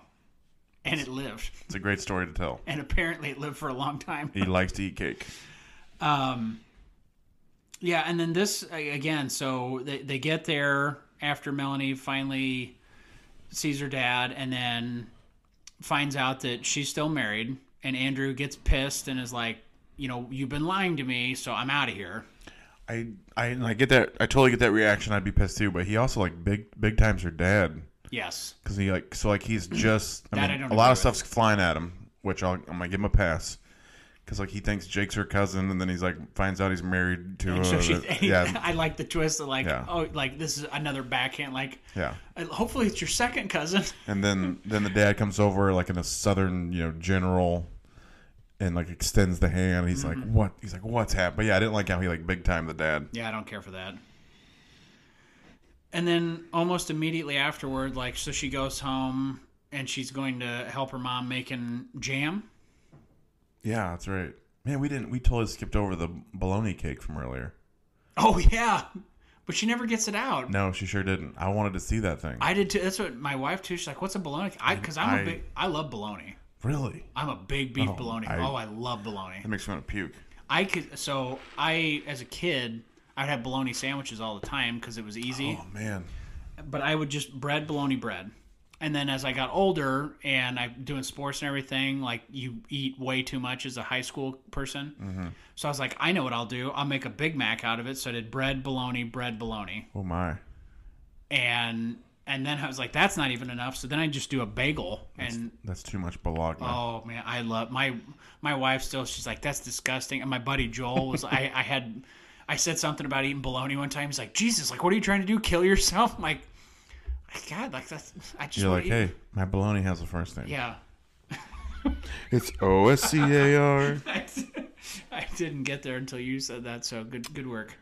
Speaker 3: and it lived,
Speaker 4: it's a great story to tell
Speaker 3: and apparently it lived for a long time.
Speaker 4: he likes to eat cake
Speaker 3: Um, yeah, and then this a- again. So they they get there after Melanie finally sees her dad, and then finds out that she's still married. And Andrew gets pissed and is like, you know, you've been lying to me, so I'm out of here.
Speaker 4: I I and I get that I totally get that reaction. I'd be pissed too. But he also like big big times her dad
Speaker 3: Yes,
Speaker 4: because he like so like he's just I
Speaker 3: That
Speaker 4: mean
Speaker 3: I don't
Speaker 4: a lot
Speaker 3: agree
Speaker 4: of
Speaker 3: with.
Speaker 4: stuff's flying at him, which I'll, I'm gonna give him a pass because like he thinks Jake's her cousin, and then he's like finds out he's married to.
Speaker 3: And
Speaker 4: a,
Speaker 3: so she, and he-
Speaker 4: Uh, yeah,
Speaker 3: I like the twist of like,
Speaker 4: Yeah.
Speaker 3: oh, like this is another backhand. Like,
Speaker 4: yeah.
Speaker 3: uh, hopefully it's your second cousin.
Speaker 4: And then then the dad comes over like in a southern you know general, and like extends the hand. He's like,
Speaker 3: Mm-hmm.
Speaker 4: what? He's like, what's happened? But yeah, I didn't like how he like big time the dad.
Speaker 3: Yeah, I don't care for that. And then almost immediately afterward, like, so she goes home and she's going to help her mom making jam.
Speaker 4: Yeah, that's right. Man, we didn't. We totally skipped over the bologna cake from earlier.
Speaker 3: Oh yeah, but she never gets it out.
Speaker 4: No, she sure didn't. I wanted to see that thing.
Speaker 3: I did too. That's what my wife too. She's like, "What's a bologna?" I because I'm a
Speaker 4: I-
Speaker 3: big. I love bologna.
Speaker 4: really?
Speaker 3: I'm a big beef
Speaker 4: Oh,
Speaker 3: bologna.
Speaker 4: I-
Speaker 3: oh, I love bologna.
Speaker 4: That makes me want to puke.
Speaker 3: I could. So I, as a kid, I'd have bologna sandwiches all the time because it was easy.
Speaker 4: Oh man.
Speaker 3: but I would just bread bologna bread. And then as I got older and I'm doing sports and everything, like you eat way too much as a high school person. So I was like, I know what I'll do. I'll make a Big Mac out of it. So I did bread bologna, bread bologna,
Speaker 4: Oh my.
Speaker 3: and and then I was like, that's not even enough. So then I just do a bagel and.
Speaker 4: That's too much bologna.
Speaker 3: Oh man, I love my my wife still. She's like, that's disgusting. And my buddy Joel was, I, I had, I said something about eating bologna one time. He's like, Jesus, like, what are you trying to do? Kill yourself? I'm like, God, like that's. I just
Speaker 4: You're
Speaker 3: wanna
Speaker 4: like,
Speaker 3: eat-
Speaker 4: hey, my bologna has a first name.
Speaker 3: yeah.
Speaker 4: It's O S C A R.
Speaker 3: I, I didn't get there until you said that. So good, good work.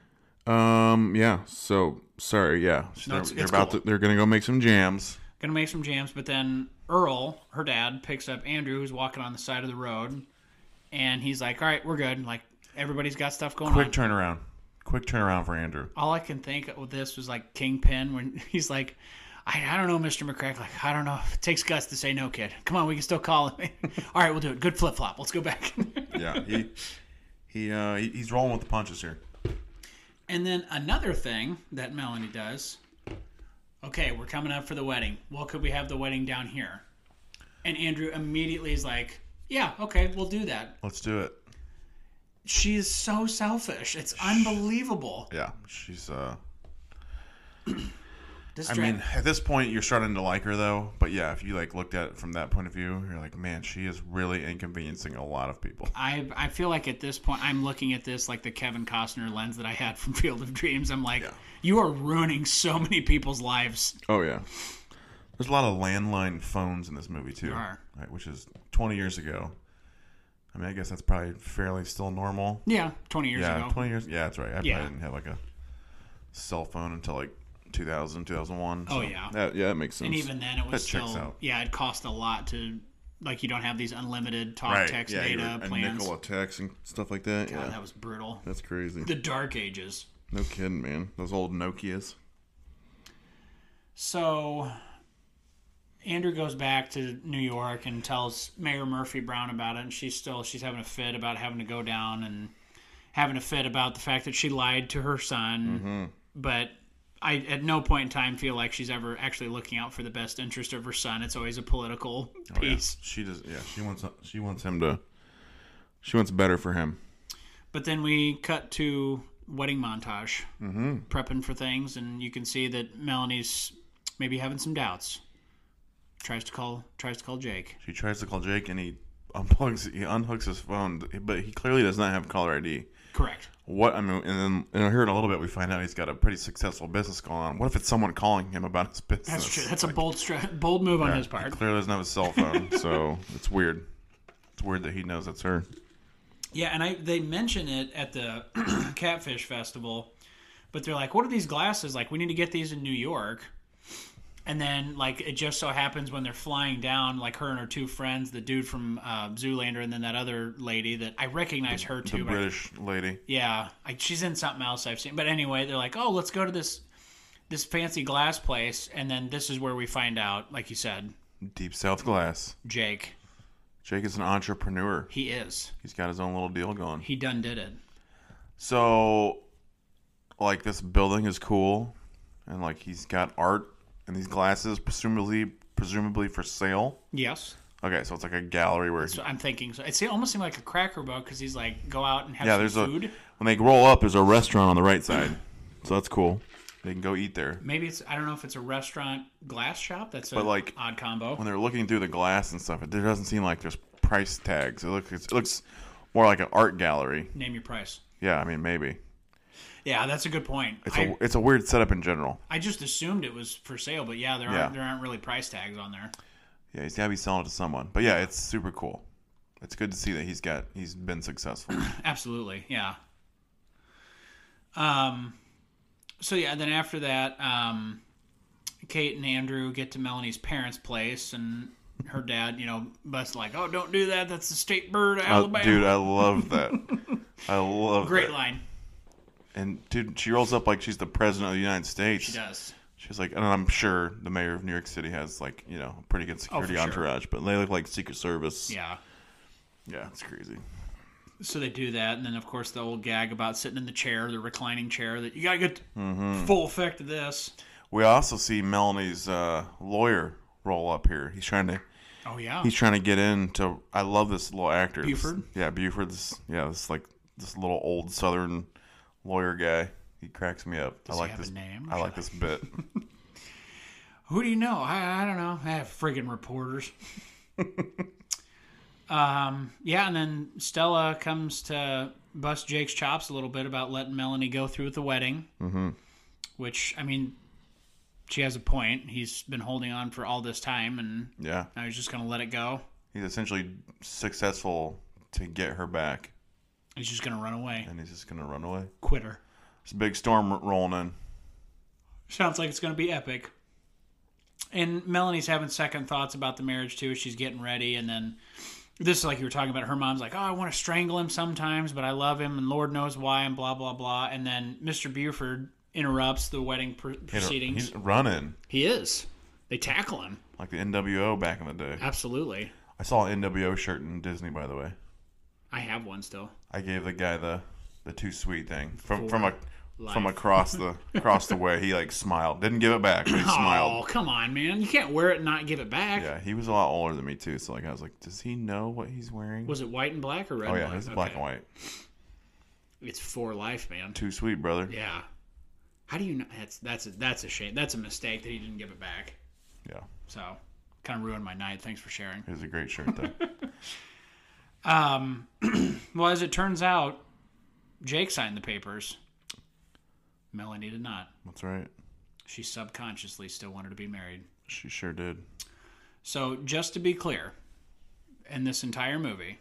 Speaker 4: Um, yeah. So sorry, yeah. So
Speaker 3: No,
Speaker 4: they're
Speaker 3: it's-
Speaker 4: they're
Speaker 3: it's
Speaker 4: about
Speaker 3: cool.
Speaker 4: to, they're gonna go make some jams.
Speaker 3: Gonna make some jams, but then Earl, her dad, picks up Andrew, who's walking on the side of the road, and he's like, "All right, we're good. Like everybody's got stuff going
Speaker 4: Quick
Speaker 3: on."
Speaker 4: turnaround. Quick turnaround for Andrew.
Speaker 3: all I can think of this was like Kingpin when he's like, I, I don't know, Mr. McCrack. Like, I don't know. It takes guts to say no, kid. Come on, we can still call him. All right, we'll do it. Good flip flop. Let's go back.
Speaker 4: Yeah. He he uh he, he's rolling with the punches here.
Speaker 3: and then another thing that Melanie does okay, we're coming up for the wedding. Well, could we have the wedding down here? And Andrew immediately is like, yeah, okay, we'll do that.
Speaker 4: Let's do it.
Speaker 3: She is so selfish. It's unbelievable.
Speaker 4: Yeah. She's uh
Speaker 3: This
Speaker 4: I
Speaker 3: dra-
Speaker 4: mean, at this point you're starting to like her though. But yeah, if you like looked at it from that point of view, you're like, man, she is really inconveniencing a lot of people.
Speaker 3: I I feel like at this point I'm looking at this like the Kevin Costner lens that I had from Field of Dreams. I'm like, you are ruining so many people's lives.
Speaker 4: Oh yeah. There's a lot of landline phones in this movie too.
Speaker 3: are.
Speaker 4: Right, which is 20 years ago. I mean, I guess that's probably fairly still normal.
Speaker 3: Yeah, 20 years
Speaker 4: yeah,
Speaker 3: ago.
Speaker 4: 20 years. Yeah, that's right. I
Speaker 3: Yeah.
Speaker 4: probably didn't have like a cell phone until like 2000, 2001.
Speaker 3: Oh,
Speaker 4: so
Speaker 3: yeah.
Speaker 4: That, yeah, that makes sense.
Speaker 3: and even then, it was
Speaker 4: That checks
Speaker 3: still
Speaker 4: out.
Speaker 3: yeah, it cost a lot to like you don't have these unlimited talk,
Speaker 4: right.
Speaker 3: text,
Speaker 4: yeah, you
Speaker 3: data
Speaker 4: were- A
Speaker 3: plans.
Speaker 4: nickel a text and stuff like that.
Speaker 3: God,
Speaker 4: yeah.
Speaker 3: that was brutal.
Speaker 4: that's crazy.
Speaker 3: The Dark Ages.
Speaker 4: No kidding, man. Those old Nokias.
Speaker 3: So Andrew goes back to New York and tells Mayor Murphy Brown about it, and she's still she's having a fit about having to go down and having a fit about the fact that she lied to her
Speaker 4: Mm-hmm.
Speaker 3: son. But I at no point in time feel like she's ever actually looking out for the best interest of her son. It's always a political
Speaker 4: Oh, yeah.
Speaker 3: piece.
Speaker 4: She does. Yeah, she wants. She wants him to. She wants better for him.
Speaker 3: But then we cut to wedding montage, mm-hmm. prepping for things, and you can see that Melanie's maybe having some doubts. Tries to call tries to call Jake.
Speaker 4: She tries to call Jake, and he unplugs. He unhooks his phone, but he clearly does not have caller ID.
Speaker 3: Correct.
Speaker 4: What I mean, and then and here in a little bit, we find out he's got a pretty successful business going on. What if it's someone calling him about his business?
Speaker 3: That's true. That's a bold stra- bold move on his
Speaker 4: He
Speaker 3: part.
Speaker 4: clearly doesn't have a cell phone, so it's weird. It's weird that he knows it's her.
Speaker 3: Yeah, and I they mention it at the Catfish Festival, but they're like, "What are these glasses like? We need to get these in New York." And then, like, it just so happens when they're flying down, like her and her two friends, the dude from uh, Zoolander, and then that other lady that I recognize her
Speaker 4: The
Speaker 3: too. but I
Speaker 4: British lady.
Speaker 3: Yeah, I, she's in something else I've seen. But anyway, they're like, "Oh, let's go to this this fancy glass place," and then this is where we find out, like you said,
Speaker 4: Deep South Glass.
Speaker 3: Jake,
Speaker 4: Jake is an entrepreneur.
Speaker 3: he is.
Speaker 4: He's got his own little deal going.
Speaker 3: He done did it.
Speaker 4: So, like, this building is cool, and like he's got art and these glasses, presumably, presumably for sale.
Speaker 3: Yes.
Speaker 4: Okay, so it's like a gallery where
Speaker 3: So I'm thinking. So it almost seemed like a Cracker Barrel because he's like, go out and have
Speaker 4: yeah,
Speaker 3: some
Speaker 4: there's
Speaker 3: food.
Speaker 4: a when they roll up, there's a restaurant on the right side, so that's cool. They can go eat there.
Speaker 3: Maybe it's I don't know if it's a restaurant glass shop. That's a
Speaker 4: But, like,
Speaker 3: odd combo.
Speaker 4: When they're looking through the glass and stuff, it doesn't seem like there's price tags. It looks it looks More like an art gallery.
Speaker 3: Name your price.
Speaker 4: Yeah, I mean maybe.
Speaker 3: Yeah, that's a good point.
Speaker 4: It's
Speaker 3: I,
Speaker 4: a it's a weird setup in general.
Speaker 3: I just assumed it was for sale, but yeah, there aren't
Speaker 4: Yeah.
Speaker 3: there aren't really price tags on there.
Speaker 4: Yeah, he's gotta be selling it to someone. But yeah, it's super cool. It's good to see that he's got he's been successful.
Speaker 3: Absolutely, yeah. Um, so yeah, then after that, um, Kate and Andrew get to Melanie's parents' place, and her dad, you know, busts like, "Oh, don't do that. That's the state bird of
Speaker 4: Oh,
Speaker 3: Alabama."
Speaker 4: dude, I love that. I love
Speaker 3: Great
Speaker 4: that.
Speaker 3: line.
Speaker 4: And dude, she rolls up like she's the president of the United States.
Speaker 3: She does.
Speaker 4: She's like, and I'm sure the mayor of New York City has like you know a pretty good security
Speaker 3: Oh, sure.
Speaker 4: entourage, but they look like Secret Service.
Speaker 3: Yeah.
Speaker 4: yeah, it's crazy.
Speaker 3: So they do that, and then of course the old gag about sitting in the chair, the reclining chair, that you gotta get full effect of this.
Speaker 4: We also see Melanie's uh, lawyer roll up here. He's trying to
Speaker 3: Oh yeah.
Speaker 4: he's trying to get into. I love this little actor. This-
Speaker 3: Buford?
Speaker 4: yeah, Buford. This yeah, this like this little old Southern lawyer guy. He cracks me up. I
Speaker 3: he
Speaker 4: like
Speaker 3: have a
Speaker 4: this
Speaker 3: name?
Speaker 4: I
Speaker 3: Should
Speaker 4: like this bit.
Speaker 3: Who do you know? I, I don't know. I have friggin' reporters. um, yeah, and then Stella comes to bust Jake's chops a little bit about letting Melanie go through with the wedding. Mm-hmm. Which, I mean, she has a point. He's been holding on for all this time, and
Speaker 4: yeah,
Speaker 3: now he's just going to let it go.
Speaker 4: he's essentially successful to get her back,
Speaker 3: He's just going to run away.
Speaker 4: and he's just gonna run away.
Speaker 3: Quit her.
Speaker 4: It's a big storm r- rolling in.
Speaker 3: Sounds like it's going to be epic. And Melanie's having second thoughts about the marriage too. She's getting ready, and then this is like you were talking about. Her mom's like, "Oh, I want to strangle him sometimes, but I love him, and Lord knows why," and blah blah blah. And then Mr. Buford interrupts the wedding pr- proceedings.
Speaker 4: He's running
Speaker 3: He is. They tackle him.
Speaker 4: like the NWO back in the day.
Speaker 3: Absolutely.
Speaker 4: I saw an NWO shirt in Disney, by the way.
Speaker 3: I have one still.
Speaker 4: I gave the guy the the too sweet thing from from a from
Speaker 3: life.
Speaker 4: across the across the way. He like smiled, didn't give it back, but he
Speaker 3: Oh,
Speaker 4: smiled.
Speaker 3: come on, man! You can't wear it and not give it back.
Speaker 4: Yeah, he was a lot older than me too, so like I was like, does he know what he's wearing?
Speaker 3: Was it white and black or red?
Speaker 4: oh
Speaker 3: and
Speaker 4: yeah,
Speaker 3: white?
Speaker 4: this is black
Speaker 3: Okay.
Speaker 4: and white.
Speaker 3: It's for life, man.
Speaker 4: Too sweet, brother. Yeah.
Speaker 3: Yeah. How do you know? That's that's a, that's a shame. That's a mistake that he didn't give it back. So, kind of ruined my night. Thanks for sharing.
Speaker 4: It was a great shirt though.
Speaker 3: Um, well, as it turns out, Jake signed the papers. Melanie did not.
Speaker 4: That's right.
Speaker 3: She subconsciously still wanted to be married.
Speaker 4: She sure did.
Speaker 3: So, just to be clear, in this entire movie,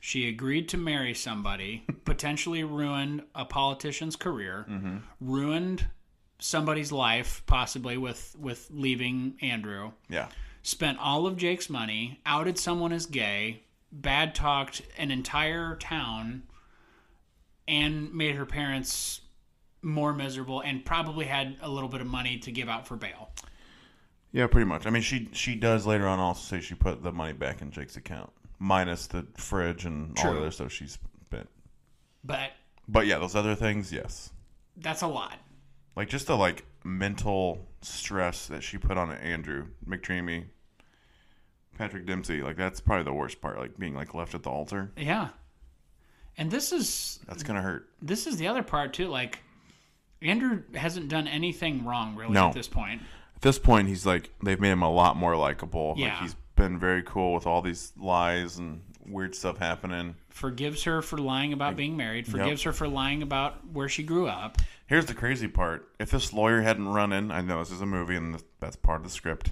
Speaker 3: she agreed to marry somebody, potentially ruined a politician's career, ruined somebody's life, possibly with with leaving Andrew.
Speaker 4: Yeah.
Speaker 3: Spent all of Jake's money, outed someone as gay, bad talked an entire town, and made her parents more miserable, and probably had a little bit of money to give out for bail.
Speaker 4: Yeah, pretty much. I mean, she she does later on also say she put the money back in Jake's account, minus the fridge and all the
Speaker 3: True.
Speaker 4: other stuff she spent.
Speaker 3: But
Speaker 4: But yeah, those other things, yes.
Speaker 3: that's a lot.
Speaker 4: Like just the like mental stress that she put on Andrew McDreamy, Patrick Dempsey. Like that's probably the worst part. Like being like left at the altar.
Speaker 3: Yeah. And this is
Speaker 4: That's gonna hurt.
Speaker 3: this is the other part too. Like Andrew hasn't done anything wrong really
Speaker 4: No.
Speaker 3: at this point.
Speaker 4: At this point, he's like they've made him a lot more likable. Like
Speaker 3: Yeah.
Speaker 4: he's been very cool with all these lies and weird stuff happening.
Speaker 3: Forgives her for lying about being married. Forgives her for lying about where she grew up.
Speaker 4: Here's the crazy part. If this lawyer hadn't run in, I know this is a movie and that's part of the script.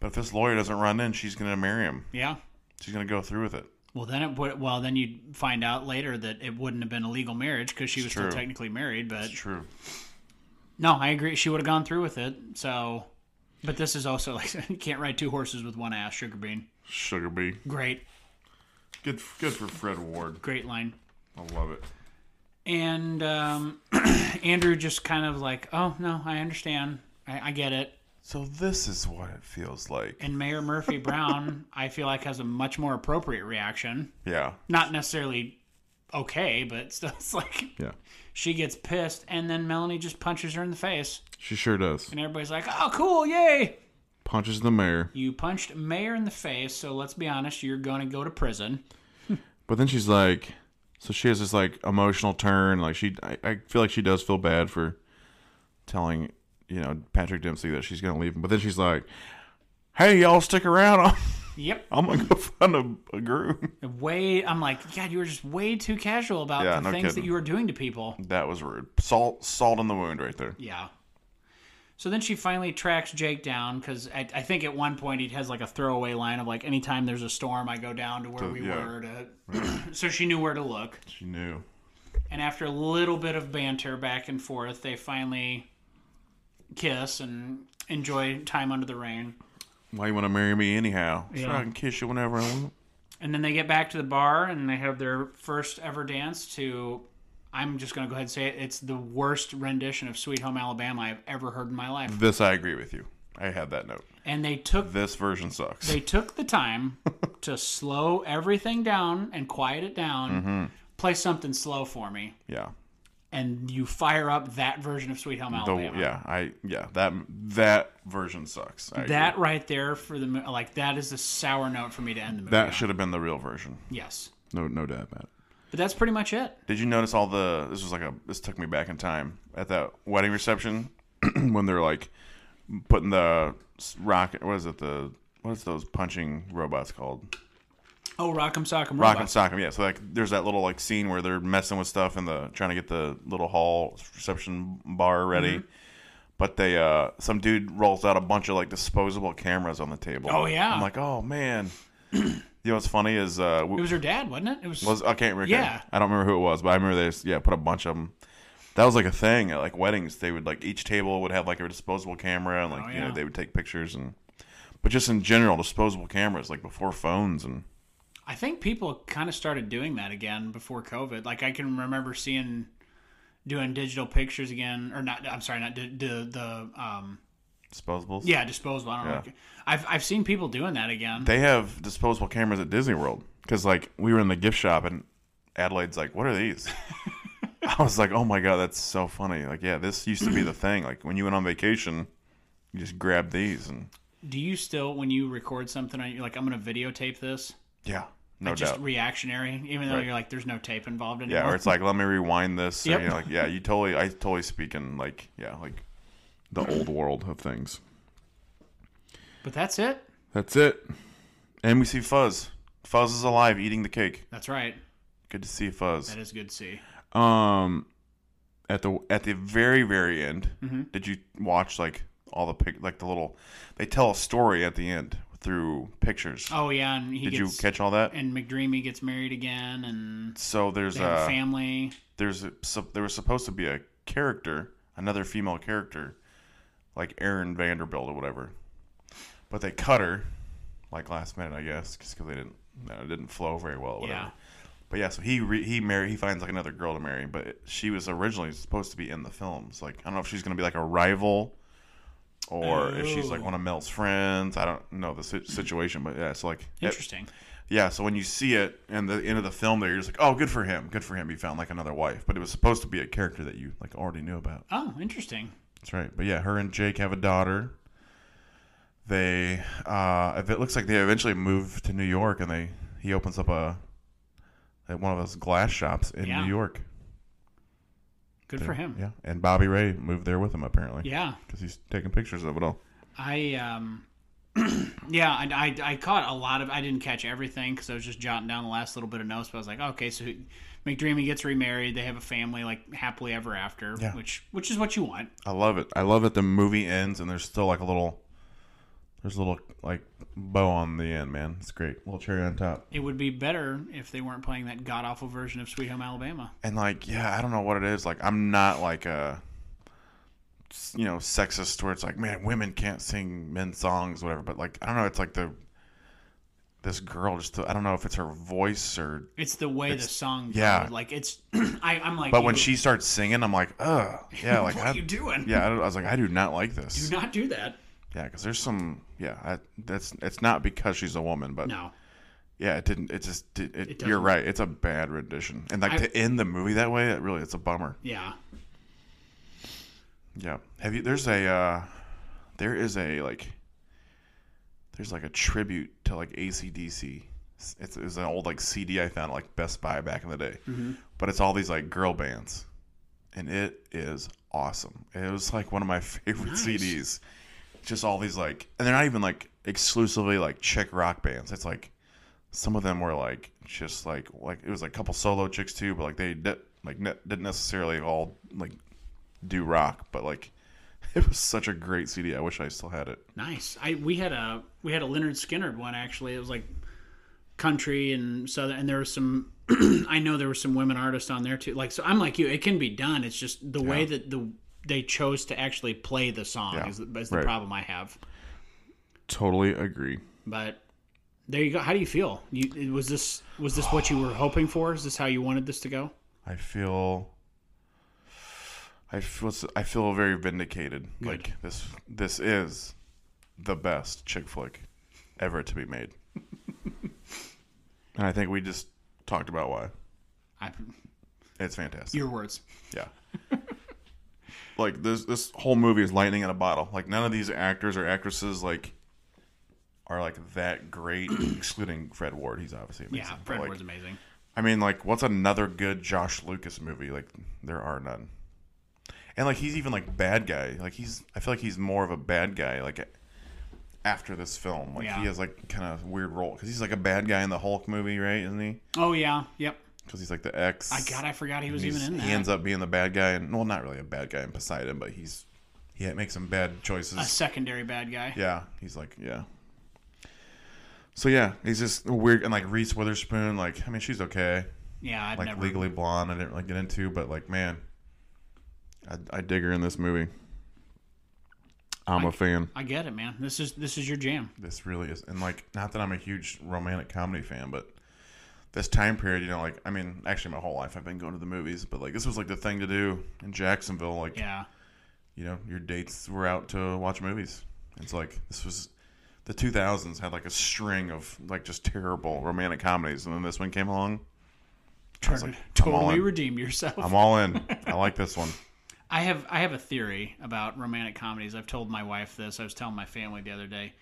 Speaker 4: But if this lawyer doesn't run in, she's gonna marry him.
Speaker 3: Yeah.
Speaker 4: She's gonna go through with it.
Speaker 3: Well, then it would. Well, then you'd find out later that it wouldn't have been a legal marriage because she was
Speaker 4: true.
Speaker 3: still technically married. But
Speaker 4: True.
Speaker 3: no, I agree. She would have gone through with it. So, but this is also like you can't ride two horses with one ass. Sugar bean.
Speaker 4: Sugar bee.
Speaker 3: Great,
Speaker 4: Good. Good for Fred Ward.
Speaker 3: great line.
Speaker 4: I love it.
Speaker 3: and um, Andrew just kind of like, oh no, I understand, I, I get it.
Speaker 4: So this is what it feels like.
Speaker 3: And Mayor Murphy Brown, I feel like has a much more appropriate reaction.
Speaker 4: Yeah.
Speaker 3: Not necessarily okay, but still, it's like
Speaker 4: Yeah.
Speaker 3: she gets pissed, and then Melanie just punches her in the face,
Speaker 4: She sure does.
Speaker 3: and everybody's like, oh cool, yay!
Speaker 4: Punches the mayor.
Speaker 3: You punched Mayor in the face, so let's be honest, you're going to go to prison.
Speaker 4: But then she's like, so she has this like emotional turn. Like she, I, I feel like she does feel bad for telling, you know, Patrick Dempsey that she's gonna leave him. But then she's like, hey, y'all stick around.
Speaker 3: Yep.
Speaker 4: I'm gonna go find a, a groom.
Speaker 3: Way I'm like, God, you were just way too casual about
Speaker 4: Yeah,
Speaker 3: the
Speaker 4: no
Speaker 3: things that
Speaker 4: kidding.
Speaker 3: you were doing to people.
Speaker 4: That was rude. Salt, salt on the wound right there.
Speaker 3: Yeah. So then she finally tracks Jake down because I, I think at one point he has like a throwaway line of like, anytime there's a storm, I go down to where we
Speaker 4: yeah.
Speaker 3: were. To... so she knew where to look.
Speaker 4: She knew.
Speaker 3: And after a little bit of banter back and forth, they finally kiss and enjoy time under the rain.
Speaker 4: Why you want to marry me anyhow?
Speaker 3: Yeah.
Speaker 4: Sure, I can kiss you whenever I want.
Speaker 3: And then they get back to the bar and they have their first ever dance to. I'm just going to go ahead and say it. It's the worst rendition of Sweet Home Alabama I've ever heard in my life.
Speaker 4: This I agree with you. I had that note.
Speaker 3: And they took
Speaker 4: This version sucks.
Speaker 3: they took the time to slow everything down and quiet it down.
Speaker 4: Mm-hmm.
Speaker 3: Play something slow for me,
Speaker 4: yeah.
Speaker 3: and you fire up that version of Sweet Home
Speaker 4: The,
Speaker 3: Alabama.
Speaker 4: yeah, I yeah, that that version sucks. I
Speaker 3: That
Speaker 4: agree.
Speaker 3: right there for the mo- like that is a sour note for me to end the movie.
Speaker 4: that
Speaker 3: on.
Speaker 4: should have been the real version.
Speaker 3: yes,
Speaker 4: No no doubt about it.
Speaker 3: but that's pretty much it.
Speaker 4: Did you notice all the? This was like a. This took me back in time at that wedding reception when they're like putting the s- rocket. What is it? The what's those punching robots called?
Speaker 3: Oh, Rock'em Sock'em
Speaker 4: Rock
Speaker 3: Robots.
Speaker 4: and sock 'em. Yeah. So like, there's that little like scene where they're messing with stuff and the trying to get the little hall reception bar ready.
Speaker 3: Mm-hmm.
Speaker 4: But they, uh, some dude rolls out a bunch of like disposable cameras on the table.
Speaker 3: Oh, yeah.
Speaker 4: I'm like, oh man. you know what's funny is uh, w-
Speaker 3: It was her dad, wasn't it? It was.
Speaker 4: was I can't remember.
Speaker 3: Yeah.
Speaker 4: I don't remember who it was, but I remember they just, yeah put a bunch of them. That was like a thing at like weddings. They would like each table would have like a disposable camera and like
Speaker 3: Oh,
Speaker 4: you know
Speaker 3: yeah.
Speaker 4: they would take pictures and. But just in general, disposable cameras like before phones and
Speaker 3: I think people kind of started doing that again before COVID. Like I can remember seeing doing digital pictures again, or not. I'm sorry, not di- the the um
Speaker 4: disposables.
Speaker 3: yeah disposable. I don't know.
Speaker 4: Yeah.
Speaker 3: I've I've seen people doing that again.
Speaker 4: They have disposable cameras at Disney World because like we were in the gift shop and Adelaide's like, "What are these?" I was like, "Oh my god, that's so funny!" Like, yeah, this used to be the thing. Like when you went on vacation, you just grabbed these and
Speaker 3: Do you still when you record something, are you like I'm going to videotape this?
Speaker 4: yeah, no
Speaker 3: Just
Speaker 4: doubt.
Speaker 3: reactionary, even though
Speaker 4: Right.
Speaker 3: you're like there's no tape involved anymore.
Speaker 4: Yeah, or it's like let me rewind this. So,
Speaker 3: Yep.
Speaker 4: you know, like yeah, you totally I totally speak in like yeah, like the old world of things.
Speaker 3: but that's it.
Speaker 4: That's it. And we see Fuzz. Fuzz is alive eating the cake.
Speaker 3: That's right.
Speaker 4: Good to see Fuzz.
Speaker 3: That is good. to See.
Speaker 4: Um at the at the very very end,
Speaker 3: Mm-hmm.
Speaker 4: did you watch like all the pic like the little they tell a story at the end through pictures.
Speaker 3: Oh yeah, and he
Speaker 4: did you
Speaker 3: gets
Speaker 4: catch all that?
Speaker 3: and McDreamy gets married again, and
Speaker 4: So there's
Speaker 3: they have a
Speaker 4: a
Speaker 3: family.
Speaker 4: there's a, so, there was supposed to be a character, another female character, like Aaron Vanderbilt or whatever, but they cut her, like last minute, I guess, just because they didn't, no, it didn't flow very well. Or whatever.
Speaker 3: Yeah.
Speaker 4: But yeah, so he re, he marry he finds like another girl to marry, but she was originally supposed to be in the films. Like I don't know if she's gonna be like a rival, or if she's like
Speaker 3: Oh.
Speaker 4: one of Mel's friends. I don't know the si- situation, but yeah, so like it-
Speaker 3: Interesting.
Speaker 4: yeah, so when you see it and the end of the film there, you're just like, oh, good for him. Good for him. He found like another wife. But it was supposed to be a character that you like already knew about.
Speaker 3: Oh, interesting.
Speaker 4: That's right. But yeah, her and Jake have a daughter. They, uh, if it looks like they eventually move to New York and they, he opens up a, at one of those glass shops in
Speaker 3: Yeah.
Speaker 4: New York.
Speaker 3: Good for him.
Speaker 4: Yeah. And Bobby Ray moved there with him apparently.
Speaker 3: Yeah.
Speaker 4: Because he's taking pictures of it all.
Speaker 3: I um yeah, I, I I caught a lot of I didn't catch everything cuz I was just jotting down the last little bit of notes, but I was like, okay, so McDreamy gets remarried, they have a family like happily ever after,
Speaker 4: Yeah.
Speaker 3: which which is what you want.
Speaker 4: I love it. I love that the movie ends and there's still like a little, there's a little like bow on the end, man. It's great. little cherry on top.
Speaker 3: It would be better if they weren't playing that god awful version of Sweet Home Alabama.
Speaker 4: And like, yeah, I don't know what it is. Like, I'm not like a, s- you know, sexist where it's like, man, women can't sing men's songs, whatever. But like, I don't know. It's like the, this girl just, I don't know if it's her voice or,
Speaker 3: It's the way the song goes.
Speaker 4: yeah.
Speaker 3: Like it's I I'm like
Speaker 4: but when
Speaker 3: you-
Speaker 4: she starts singing, I'm like, ugh, yeah, like,
Speaker 3: what
Speaker 4: I,
Speaker 3: are you doing?
Speaker 4: yeah, I, don't- I was like, I do not like this.
Speaker 3: Do not do that.
Speaker 4: Yeah, because there's some. Yeah, I, that's it's not because she's a woman, but
Speaker 3: No.
Speaker 4: yeah, it didn't. It just did. It,
Speaker 3: It
Speaker 4: you're
Speaker 3: doesn't.
Speaker 4: right. It's a bad rendition, and like
Speaker 3: I-
Speaker 4: to end the movie that way, it really it's a bummer.
Speaker 3: Yeah.
Speaker 4: Yeah. Have you? There's a. Uh, there is a like. There's like a tribute to like ACDC. It's, it's it's an old like CD I found at, like Best Buy back in the day, but it's all these like girl bands, and it is awesome. It was like one of my favorite
Speaker 3: Nice.
Speaker 4: CDs. just all these like, and they're not even like exclusively like chick rock bands. It's like some of them were like just like like it was like a couple solo chicks too, but like they de- like ne- didn't necessarily all like do rock, but like it was such a great CD. I wish I still had it.
Speaker 3: Nice. I we had a we had a Leonard Skinner one actually. It was like country and southern, and there was some. I know there were some women artists on there too. Like so, I'm like you. It can be done. It's just the way that the they chose to actually play the song
Speaker 4: Yeah.
Speaker 3: is, the- is the
Speaker 4: Right.
Speaker 3: problem I have.
Speaker 4: Totally agree.
Speaker 3: But there you go. How do you feel? You was this was this what you were hoping for? Is this how you wanted this to go?
Speaker 4: I feel. I feel I feel very vindicated. Like this this is the best chick flick ever to be made. and I think we just talked about why.
Speaker 3: I,
Speaker 4: It's fantastic.
Speaker 3: your words.
Speaker 4: Yeah. like this this whole movie is lightning in a bottle. Like none of these actors or actresses like are like that great, excluding Fred Ward. He's obviously amazing.
Speaker 3: Yeah,
Speaker 4: but,
Speaker 3: Fred
Speaker 4: like,
Speaker 3: Ward's amazing.
Speaker 4: I mean, like, what's another good Josh Lucas movie? Like, there are none. And like, he's even like bad guy. Like, he's I feel like he's more of a bad guy. Like, after this film, like
Speaker 3: Yeah.
Speaker 4: he has like kind of weird role because he's like a bad guy in the Hulk movie, right? Isn't he?
Speaker 3: Oh yeah, yep.
Speaker 4: Because he's like the ex.
Speaker 3: I God, I forgot he was
Speaker 4: He's-
Speaker 3: even in that.
Speaker 4: He ends up being the bad guy, and well, not really a bad guy in Poseidon, but he's he makes some bad choices.
Speaker 3: a secondary bad guy.
Speaker 4: yeah, he's like yeah. So yeah, he's just weird, and like Reese Witherspoon, like I mean, she's okay,
Speaker 3: Yeah, I'd
Speaker 4: like
Speaker 3: never.
Speaker 4: Legally Blonde, I didn't really get into, but like man, I, I dig her in this movie. I'm a fan.
Speaker 3: I get it, man. This is this is your jam.
Speaker 4: This really is, and like, not that I'm a huge romantic comedy fan, but this time period, you know, like, I mean, actually, my whole life I've been going to the movies, but like, this was like the thing to do in Jacksonville. Like,
Speaker 3: Yeah,
Speaker 4: you know, your dates were out to watch movies. It's like this was the 2000s had like a string of like just terrible romantic comedies, and then this one came along. I was like, I'm all
Speaker 3: totally
Speaker 4: in.
Speaker 3: redeem yourself.
Speaker 4: I'm all in. I like this one.
Speaker 3: I have I have a theory about romantic comedies. I've told my wife this. I was telling my family the other day.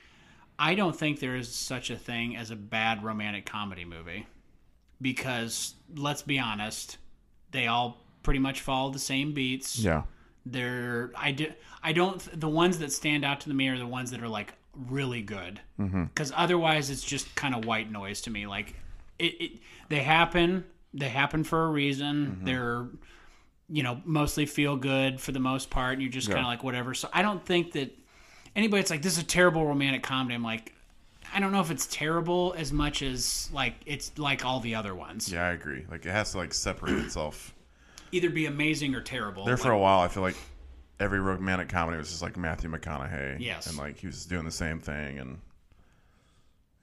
Speaker 3: I don't think there is such a thing as a bad romantic comedy movie because let's be honest, they all pretty much follow the same beats.
Speaker 4: Yeah,
Speaker 3: They're I do I don't the ones that stand out to me are the ones that are like really good
Speaker 4: Mm-hmm.
Speaker 3: because otherwise it's just kind of white noise to me. Like it, it they happen they happen for a reason.
Speaker 4: Mm-hmm.
Speaker 3: They're you know mostly feel good for the most part. And you're just kind of like whatever. So I don't think that anybody that's like this is a terrible romantic comedy. I'm like I don't know if it's terrible as much as like it's like all the other ones.
Speaker 4: yeah, I agree. Like, it has to like separate itself.
Speaker 3: Either be amazing or terrible.
Speaker 4: There for a while, I feel like every romantic comedy was just like Matthew McConaughey.
Speaker 3: Yes.
Speaker 4: and like he was doing the same thing, and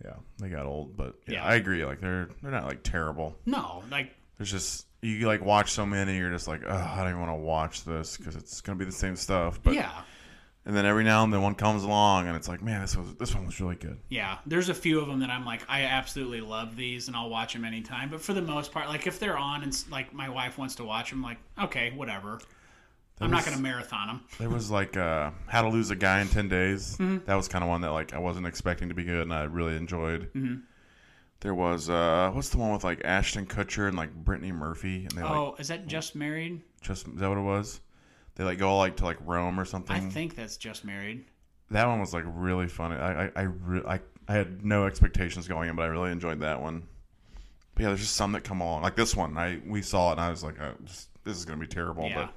Speaker 4: yeah, they got old. But yeah,
Speaker 3: Yeah.
Speaker 4: I agree. Like they're they're not like terrible.
Speaker 3: no, like
Speaker 4: there's just you like watch so many you're just like oh i don't even want to watch this because it's gonna be the same stuff but
Speaker 3: yeah.
Speaker 4: and then every now and then one comes along and it's like man this was this one was really good
Speaker 3: Yeah, there's a few of them that I'm like, I absolutely love these, and I'll watch them anytime. But for the most part, like if they're on and s- like my wife wants to watch them, like okay, whatever. I'm not
Speaker 4: was-
Speaker 3: gonna marathon them.
Speaker 4: there was like uh how to lose a guy in 10 days
Speaker 3: Mm-hmm.
Speaker 4: that was kind of one that like i wasn't expecting to be good and i really enjoyed
Speaker 3: Mm-hmm.
Speaker 4: there was uh what's the one with like ashton kutcher and like brittany murphy and they like
Speaker 3: Oh, is that just married?
Speaker 4: just is that what it was they like go like to like rome or something
Speaker 3: I think that's just married.
Speaker 4: that one was like really funny. I I I, re- I I had no expectations going in, but I really enjoyed that one. But yeah, there's just some that come along. Like this one, I we saw it and I was like, oh, this, this is gonna be terrible,
Speaker 3: Yeah.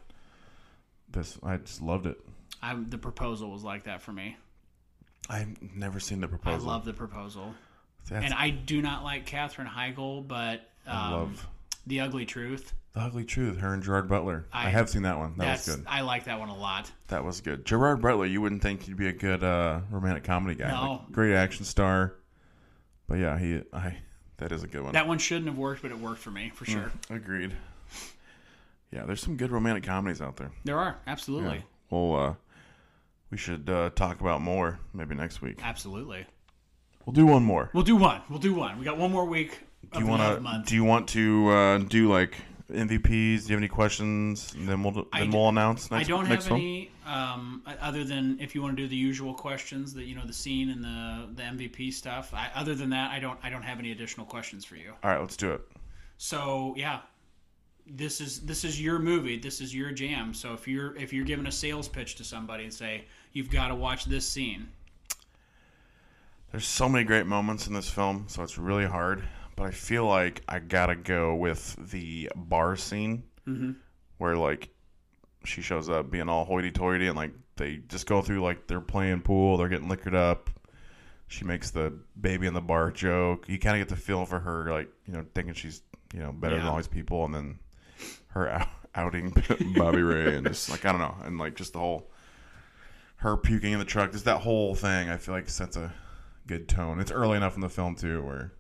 Speaker 4: but this I just loved it.
Speaker 3: I the proposal was like that for me.
Speaker 4: I've never seen the
Speaker 3: I
Speaker 4: proposal.
Speaker 3: love the proposal,
Speaker 4: That's,
Speaker 3: and I do not like Katherine Heigl, but
Speaker 4: I
Speaker 3: um,
Speaker 4: love
Speaker 3: the Ugly Truth.
Speaker 4: the Ugly Truth. Her and Gerard Butler. I,
Speaker 3: I-
Speaker 4: have seen that one. That was
Speaker 3: That's
Speaker 4: good.
Speaker 3: I like that one a lot.
Speaker 4: That was good. Gerard Butler. You wouldn't think he'd be a good uh, romantic comedy guy.
Speaker 3: No.
Speaker 4: Like, great action star. But yeah, he I that is a good one.
Speaker 3: That one shouldn't have worked, but it worked for me for
Speaker 4: Hmm.
Speaker 3: sure.
Speaker 4: Agreed. Yeah, there's some good romantic comedies out there.
Speaker 3: There are absolutely,
Speaker 4: Well, uh, we should uh, talk about more maybe next week.
Speaker 3: absolutely.
Speaker 4: We'll do one more.
Speaker 3: We'll do one. We'll do one. We got one more week.
Speaker 4: Do you
Speaker 3: want
Speaker 4: want
Speaker 3: month.
Speaker 4: to? Do you want to uh, do like MVPs? Do you have any questions? And then we'll then
Speaker 3: d-
Speaker 4: we'll announce
Speaker 3: I
Speaker 4: next.
Speaker 3: don't
Speaker 4: next
Speaker 3: have
Speaker 4: film?
Speaker 3: any um, other than if you want to do the usual questions that you know the scene and the the MVP stuff. I, other than that, I don't I don't have any additional questions for you.
Speaker 4: All right, let's do it.
Speaker 3: So yeah, this is this is your movie this is your jam so if you're if you're giving a sales pitch to somebody and say you've got to watch this scene
Speaker 4: There's so many great moments in this film, so it's really hard. But I feel like I gotta go with the bar scene where like she shows up being all hoity-toity and like they just go through like they're playing pool, they're getting liquored up. She makes the baby in the bar joke. You kind of get the feel for her like you know thinking she's you know better than
Speaker 3: Yeah.
Speaker 4: all these people, and then her out- outing Bobby Ray and just like I don't know, and like just the whole her puking in the truck, just that whole thing. I feel like sets a good tone. It's early enough in the film too, where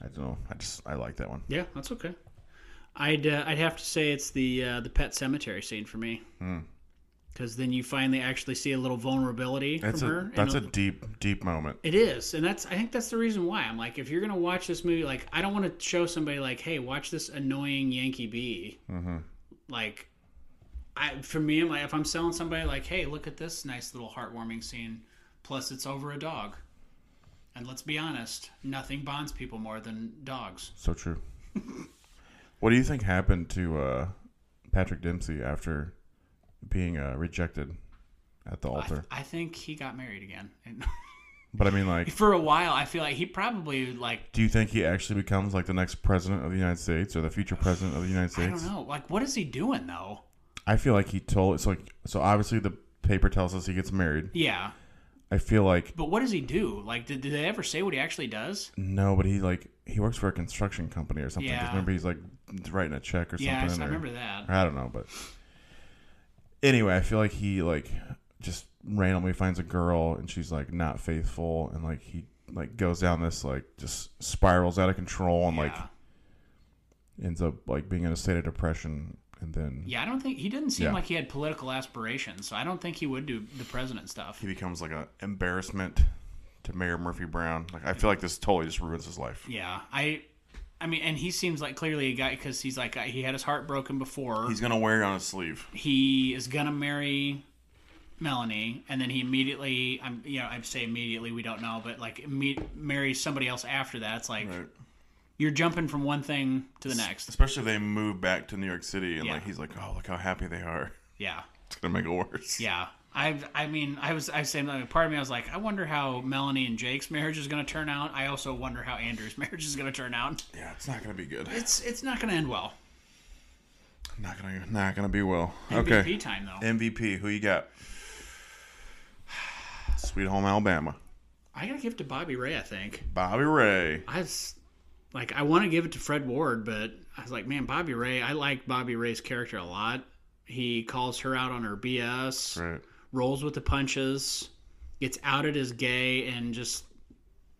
Speaker 4: I don't know. I just I like that one.
Speaker 3: yeah that's okay i'd uh, i'd have to say it's the uh, the pet cemetery scene for me
Speaker 4: Hmm.
Speaker 3: because then you finally actually see a little vulnerability
Speaker 4: That's
Speaker 3: from
Speaker 4: a
Speaker 3: her
Speaker 4: that's a
Speaker 3: and
Speaker 4: deep deep moment.
Speaker 3: It is, and that's I think that's the reason why I'm like, if you're gonna watch this movie, like I don't want to show somebody like, hey, watch this annoying Yankee bee.
Speaker 4: Mm-hmm.
Speaker 3: Like, I for me, I'm like, if I'm selling somebody like, hey, look at this nice little heartwarming scene, plus it's over a dog, and let's be honest, nothing bonds people more than dogs.
Speaker 4: So true. what do you think happened to uh, Patrick Dempsey after being uh, rejected at the
Speaker 3: I,
Speaker 4: altar?
Speaker 3: I think he got married again, and
Speaker 4: But I mean, like,
Speaker 3: for a while, I feel like he probably like
Speaker 4: do you think he actually becomes like the next president of the United States or the future president of the United
Speaker 3: I
Speaker 4: States?
Speaker 3: don't know, like what is he doing though?
Speaker 4: I feel like he told. So like, so obviously the paper tells us he gets married.
Speaker 3: Yeah,
Speaker 4: I feel like
Speaker 3: but what does he do? Like, did, did they ever say what he actually does?
Speaker 4: No, but he like he works for a construction company or something. 'cause
Speaker 3: Yeah.
Speaker 4: Remember, he's like writing a check or something.
Speaker 3: Yeah, I, s- I
Speaker 4: or-
Speaker 3: remember that.
Speaker 4: or I don't know, but anyway, I feel like he like just randomly finds a girl and she's like not faithful, and like he like goes down this like just spirals out of control and like
Speaker 3: Yeah.
Speaker 4: ends up like being in a state of depression, and then
Speaker 3: Yeah, I don't think he didn't seem
Speaker 4: Yeah.
Speaker 3: like he had political aspirations, so I don't think he would do the president stuff.
Speaker 4: he becomes like an embarrassment to Mayor Murphy Brown. Like I feel like this totally just ruins his life.
Speaker 3: Yeah, I, I mean, and he seems like clearly a guy because he's like uh, he had his heart broken before.
Speaker 4: He's gonna wear it on his sleeve.
Speaker 3: he is gonna marry Melanie, and then he immediately, I'm, you know, I say immediately, we don't know, but like imme- marries somebody else after that. It's like
Speaker 4: Right.
Speaker 3: you're jumping from one thing to the next.
Speaker 4: Especially if they move back to New York City and
Speaker 3: Yeah.
Speaker 4: like he's like, oh, look how happy they are.
Speaker 3: Yeah.
Speaker 4: It's gonna make it worse.
Speaker 3: Yeah. I I mean, I was I was saying like, part of me I was like, I wonder how Melanie and Jake's marriage is going to turn out. I also wonder how Andrew's marriage is going to turn out.
Speaker 4: Yeah, it's not gonna be good.
Speaker 3: It's it's not going to end well.
Speaker 4: Not gonna, not gonna be well.
Speaker 3: MVP
Speaker 4: okay.
Speaker 3: time though.
Speaker 4: MVP, who you got? Sweet Home Alabama,
Speaker 3: I got to give it to Bobby Ray, I think.
Speaker 4: Bobby Ray.
Speaker 3: I was like I want to give it to Fred Ward, but I was like, man, Bobby Ray, I like Bobby Ray's character a lot. He calls her out on her BS.
Speaker 4: Right.
Speaker 3: rolls with the punches, gets outed as gay and just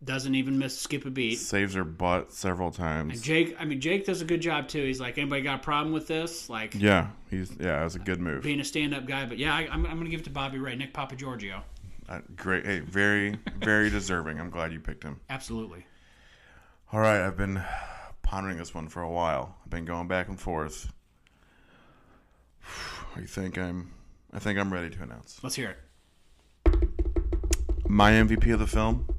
Speaker 3: doesn't even miss skip a beat.
Speaker 4: Saves her butt several
Speaker 3: And
Speaker 4: times.
Speaker 3: Jake, I mean, Jake does a good job too. He's like, anybody got a problem with this? Like
Speaker 4: Yeah, he's yeah, it was a good move.
Speaker 3: being a stand-up guy, but yeah, I, I'm, I'm gonna give it to Bobby Ray, Nick Papa Giorgio.
Speaker 4: Uh, great. Hey, very, very deserving. I'm glad you picked him.
Speaker 3: Absolutely.
Speaker 4: All right, I've been pondering this one for a while. I've been going back and forth. I think I'm, I think I'm ready to announce
Speaker 3: Let's hear it.
Speaker 4: my MVP of the film.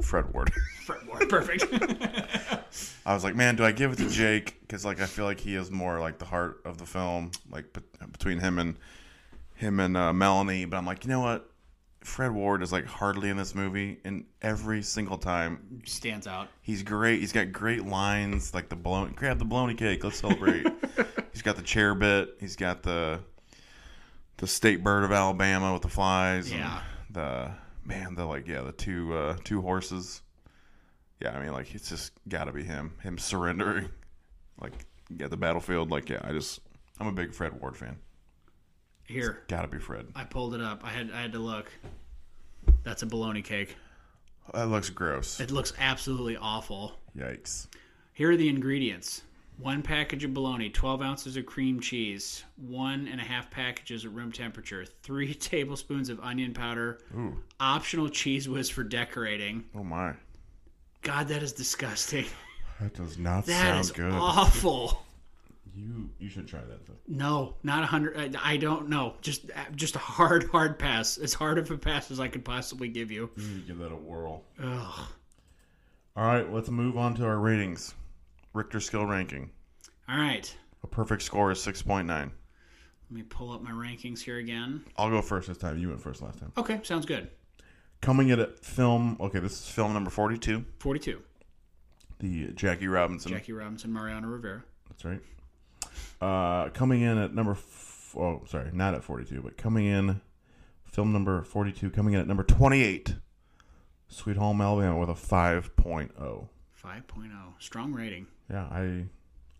Speaker 4: Fred Ward.
Speaker 3: Fred Ward, perfect.
Speaker 4: I was like, man, do I give it to Jake? Because like I feel like he is more like the heart of the film, like bet- between him and him and uh, Melanie. But I'm like, you know what? Fred Ward is like hardly in this movie, and every single time
Speaker 3: Stands out.
Speaker 4: He's great. He's got great lines like the blown grab the bologna cake. Let's celebrate. he's got the chair bit. He's got the the state bird of Alabama with the flies. and
Speaker 3: Yeah.
Speaker 4: the man, the like yeah, the two uh, two horses. Yeah, I mean like it's just got to be him. Him surrendering, like yeah, the battlefield. Like yeah, I just I'm a big Fred Ward fan.
Speaker 3: Here,
Speaker 4: Got to be Fred.
Speaker 3: I pulled it up. I had I had to look. That's a bologna cake.
Speaker 4: That looks gross.
Speaker 3: It looks absolutely awful.
Speaker 4: Yikes.
Speaker 3: Here are the ingredients. One package of bologna, 12 ounces of cream cheese, one and a half packages at room temperature, three tablespoons of onion powder,
Speaker 4: Ooh.
Speaker 3: optional cheese whiz for decorating.
Speaker 4: Oh my.
Speaker 3: God, that is disgusting.
Speaker 4: That does not
Speaker 3: That
Speaker 4: sound
Speaker 3: is
Speaker 4: good.
Speaker 3: awful.
Speaker 4: You you should try that though.
Speaker 3: No, not a hundred. I I don't know. Just, just a hard, hard pass. As hard of a pass as I could possibly give you.
Speaker 4: You need to give that a whirl.
Speaker 3: Ugh.
Speaker 4: All right, let's move on to our ratings. Richter scale ranking.
Speaker 3: All right.
Speaker 4: A perfect score is six point nine.
Speaker 3: Let me pull up my rankings here again.
Speaker 4: I'll go first this time. You went first last time.
Speaker 3: Okay, sounds good.
Speaker 4: Coming in at film. Okay, this is film number forty-two.
Speaker 3: 42.
Speaker 4: The Jackie Robinson.
Speaker 3: Jackie Robinson, Mariano Rivera.
Speaker 4: That's right. Uh, coming in at number. F- oh, sorry, not at forty-two, but coming in, film number forty-two. Coming in at number twenty-eight. Sweet Home Alabama with a oh. 5.0.
Speaker 3: 5.0. oh. Strong rating.
Speaker 4: Yeah, I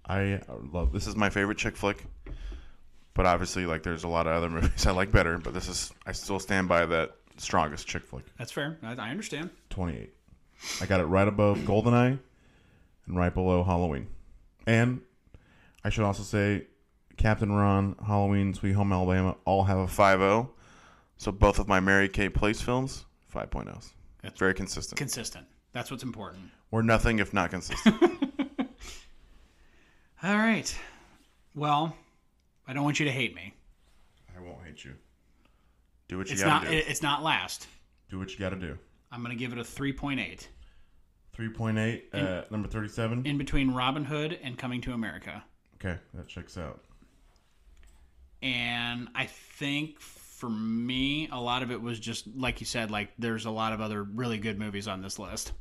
Speaker 4: I love this is my favorite chick flick. But obviously like there's a lot of other movies I like better, but this is I still stand by that strongest chick flick.
Speaker 3: That's fair. I, I understand.
Speaker 4: 28. I got it right above Goldeneye and right below Halloween. And I should also say Captain Ron, Halloween, Sweet Home Alabama all have a 5.0. So both of my Mary Kay Place films, 5.0s.
Speaker 3: That's-
Speaker 4: Very consistent.
Speaker 3: Consistent. That's what's important.
Speaker 4: We're nothing if not consistent.
Speaker 3: All right. Well, I don't want you to hate me.
Speaker 4: I won't hate you. Do what you
Speaker 3: It's
Speaker 4: gotta
Speaker 3: not.
Speaker 4: do.
Speaker 3: it- It's not last.
Speaker 4: do what you gotta do.
Speaker 3: I'm gonna give it a 3.8
Speaker 4: Three point eight uh, number thirty-seven.
Speaker 3: in between Robin Hood and Coming to America.
Speaker 4: okay, that checks out.
Speaker 3: and I think for me, a lot of it was just like you said. Like there's a lot of other really good movies on this list.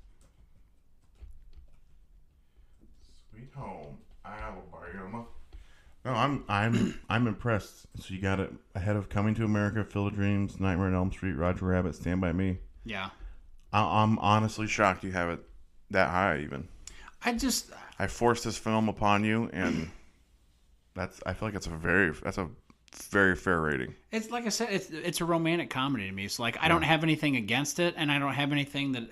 Speaker 4: Sweet home Alabama. No, I'm I'm I'm impressed. So you got it ahead of Coming to America, Field of Dreams, Nightmare on Elm Street, Roger Rabbit, Stand by Me.
Speaker 3: Yeah,
Speaker 4: I, I'm honestly shocked you have it that high. Even
Speaker 3: I just
Speaker 4: I forced this film upon you, and that's I feel like it's a very that's a very fair rating.
Speaker 3: it's like I said, it's it's a romantic comedy to me. So like I don't have anything against it, and I don't have anything that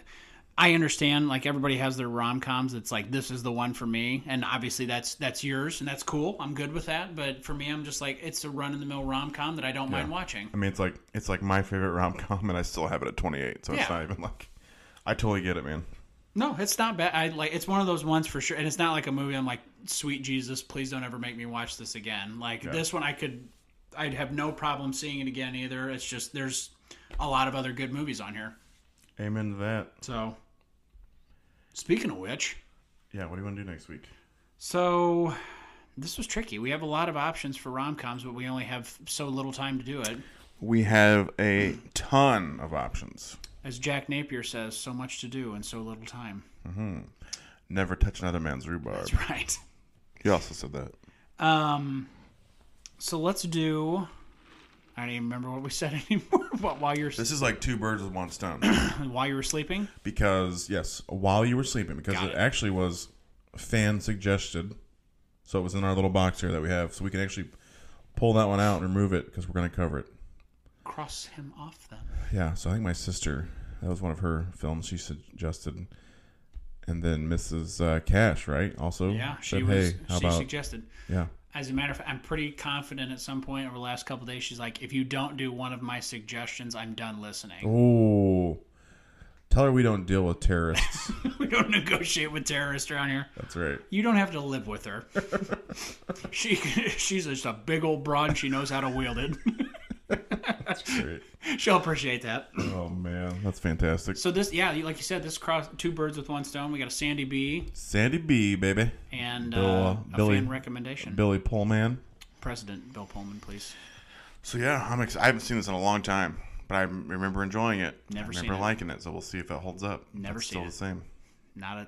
Speaker 3: I understand. Like everybody has their rom coms. It's like this is the one for me, and obviously that's that's yours, and that's cool. I'm good with that. But for me, I'm just like it's a run in the mill rom com that I don't mind watching.
Speaker 4: I mean, it's like it's like my favorite rom com, and I still have it at 28. So
Speaker 3: Yeah.
Speaker 4: it's not even like I totally get it, man.
Speaker 3: No, it's not bad. I like it's one of those ones for sure, and it's not like a movie. I'm like, sweet Jesus, please don't ever make me watch this again. Like this one, I could, I'd have no problem seeing it again either. It's just there's a lot of other good movies on here.
Speaker 4: Amen to that.
Speaker 3: So, speaking of which,
Speaker 4: Yeah, what do you want to do next week?
Speaker 3: so this was tricky. We have a lot of options for rom coms, but we only have so little time to do it.
Speaker 4: We have a ton of options.
Speaker 3: As Jack Napier says, so much to do and so little time.
Speaker 4: Never touch another man's rhubarb.
Speaker 3: That's right.
Speaker 4: He also said that.
Speaker 3: Um, so let's do. I don't even remember what we said anymore. But while you're
Speaker 4: This is like two birds with one stone.
Speaker 3: while you were sleeping,
Speaker 4: because yes, while you were sleeping, because
Speaker 3: Got
Speaker 4: it,
Speaker 3: it.
Speaker 4: actually was fan suggested, so it was in our little box here that we have, so we can actually pull that one out and remove it because we're going to cover it.
Speaker 3: cross him off then.
Speaker 4: Yeah, so I think my sister, that was one of her films she suggested. And then Mrs. Uh, Cash, right? Also,
Speaker 3: Yeah, she
Speaker 4: said,
Speaker 3: was.
Speaker 4: Hey, how
Speaker 3: she
Speaker 4: about
Speaker 3: suggested.
Speaker 4: yeah?
Speaker 3: As a matter of fact, I'm pretty confident at some point over the last couple of days, she's like, "If you don't do one of my suggestions, I'm done listening.
Speaker 4: Oh, tell her we don't deal with terrorists.
Speaker 3: we don't negotiate with terrorists around here.
Speaker 4: That's right.
Speaker 3: You don't have to live with her. she she's just a big old broad. and She knows how to wield it.
Speaker 4: That's right.
Speaker 3: She'll appreciate that."
Speaker 4: Oh man, that's fantastic.
Speaker 3: So this, yeah, like you said, this cross two birds with one stone. We got a Sandy B
Speaker 4: Sandy B, baby,
Speaker 3: and
Speaker 4: Bill,
Speaker 3: uh,
Speaker 4: uh,
Speaker 3: a
Speaker 4: Billy-
Speaker 3: fan recommendation.
Speaker 4: Billy Pullman.
Speaker 3: President Bill Pullman, please.
Speaker 4: So yeah, I'm ex- I haven't seen this in a long time, but I remember enjoying it.
Speaker 3: Never
Speaker 4: I
Speaker 3: seen
Speaker 4: remember
Speaker 3: it.
Speaker 4: liking it. So we'll see if it holds up.
Speaker 3: Never
Speaker 4: It's
Speaker 3: seen
Speaker 4: still the same.
Speaker 3: Not a,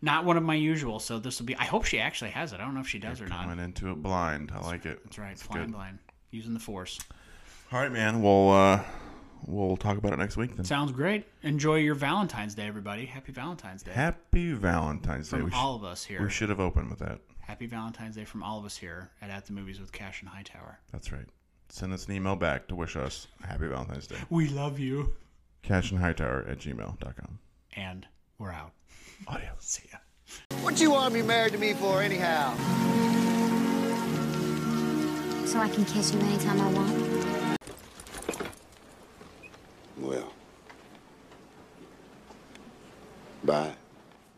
Speaker 3: not one of my usual. So this will be. I hope she actually has it. I don't know if she does or not.
Speaker 4: Went into it blind. I like it.
Speaker 3: That's right, flying
Speaker 4: good.
Speaker 3: blind, using the force.
Speaker 4: All right, man. We'll uh, we'll talk about it next week then.
Speaker 3: Sounds great. Enjoy your Valentine's Day, everybody. Happy Valentine's Day
Speaker 4: Happy Valentine's Day.
Speaker 3: from
Speaker 4: We, sh-
Speaker 3: all of us here.
Speaker 4: we should have opened with that.
Speaker 3: Happy Valentine's Day from all of us here at At the Movies with Cash and Hightower.
Speaker 4: That's right. Send us an email back to wish us a happy Valentine's Day.
Speaker 3: We love you,
Speaker 4: Cash and Hightower at gmail.com.
Speaker 3: and we're out.
Speaker 4: Audio.
Speaker 3: See ya.
Speaker 2: What you want to be married to me for, anyhow?
Speaker 5: so I can kiss you anytime I want.
Speaker 6: Well. Bye.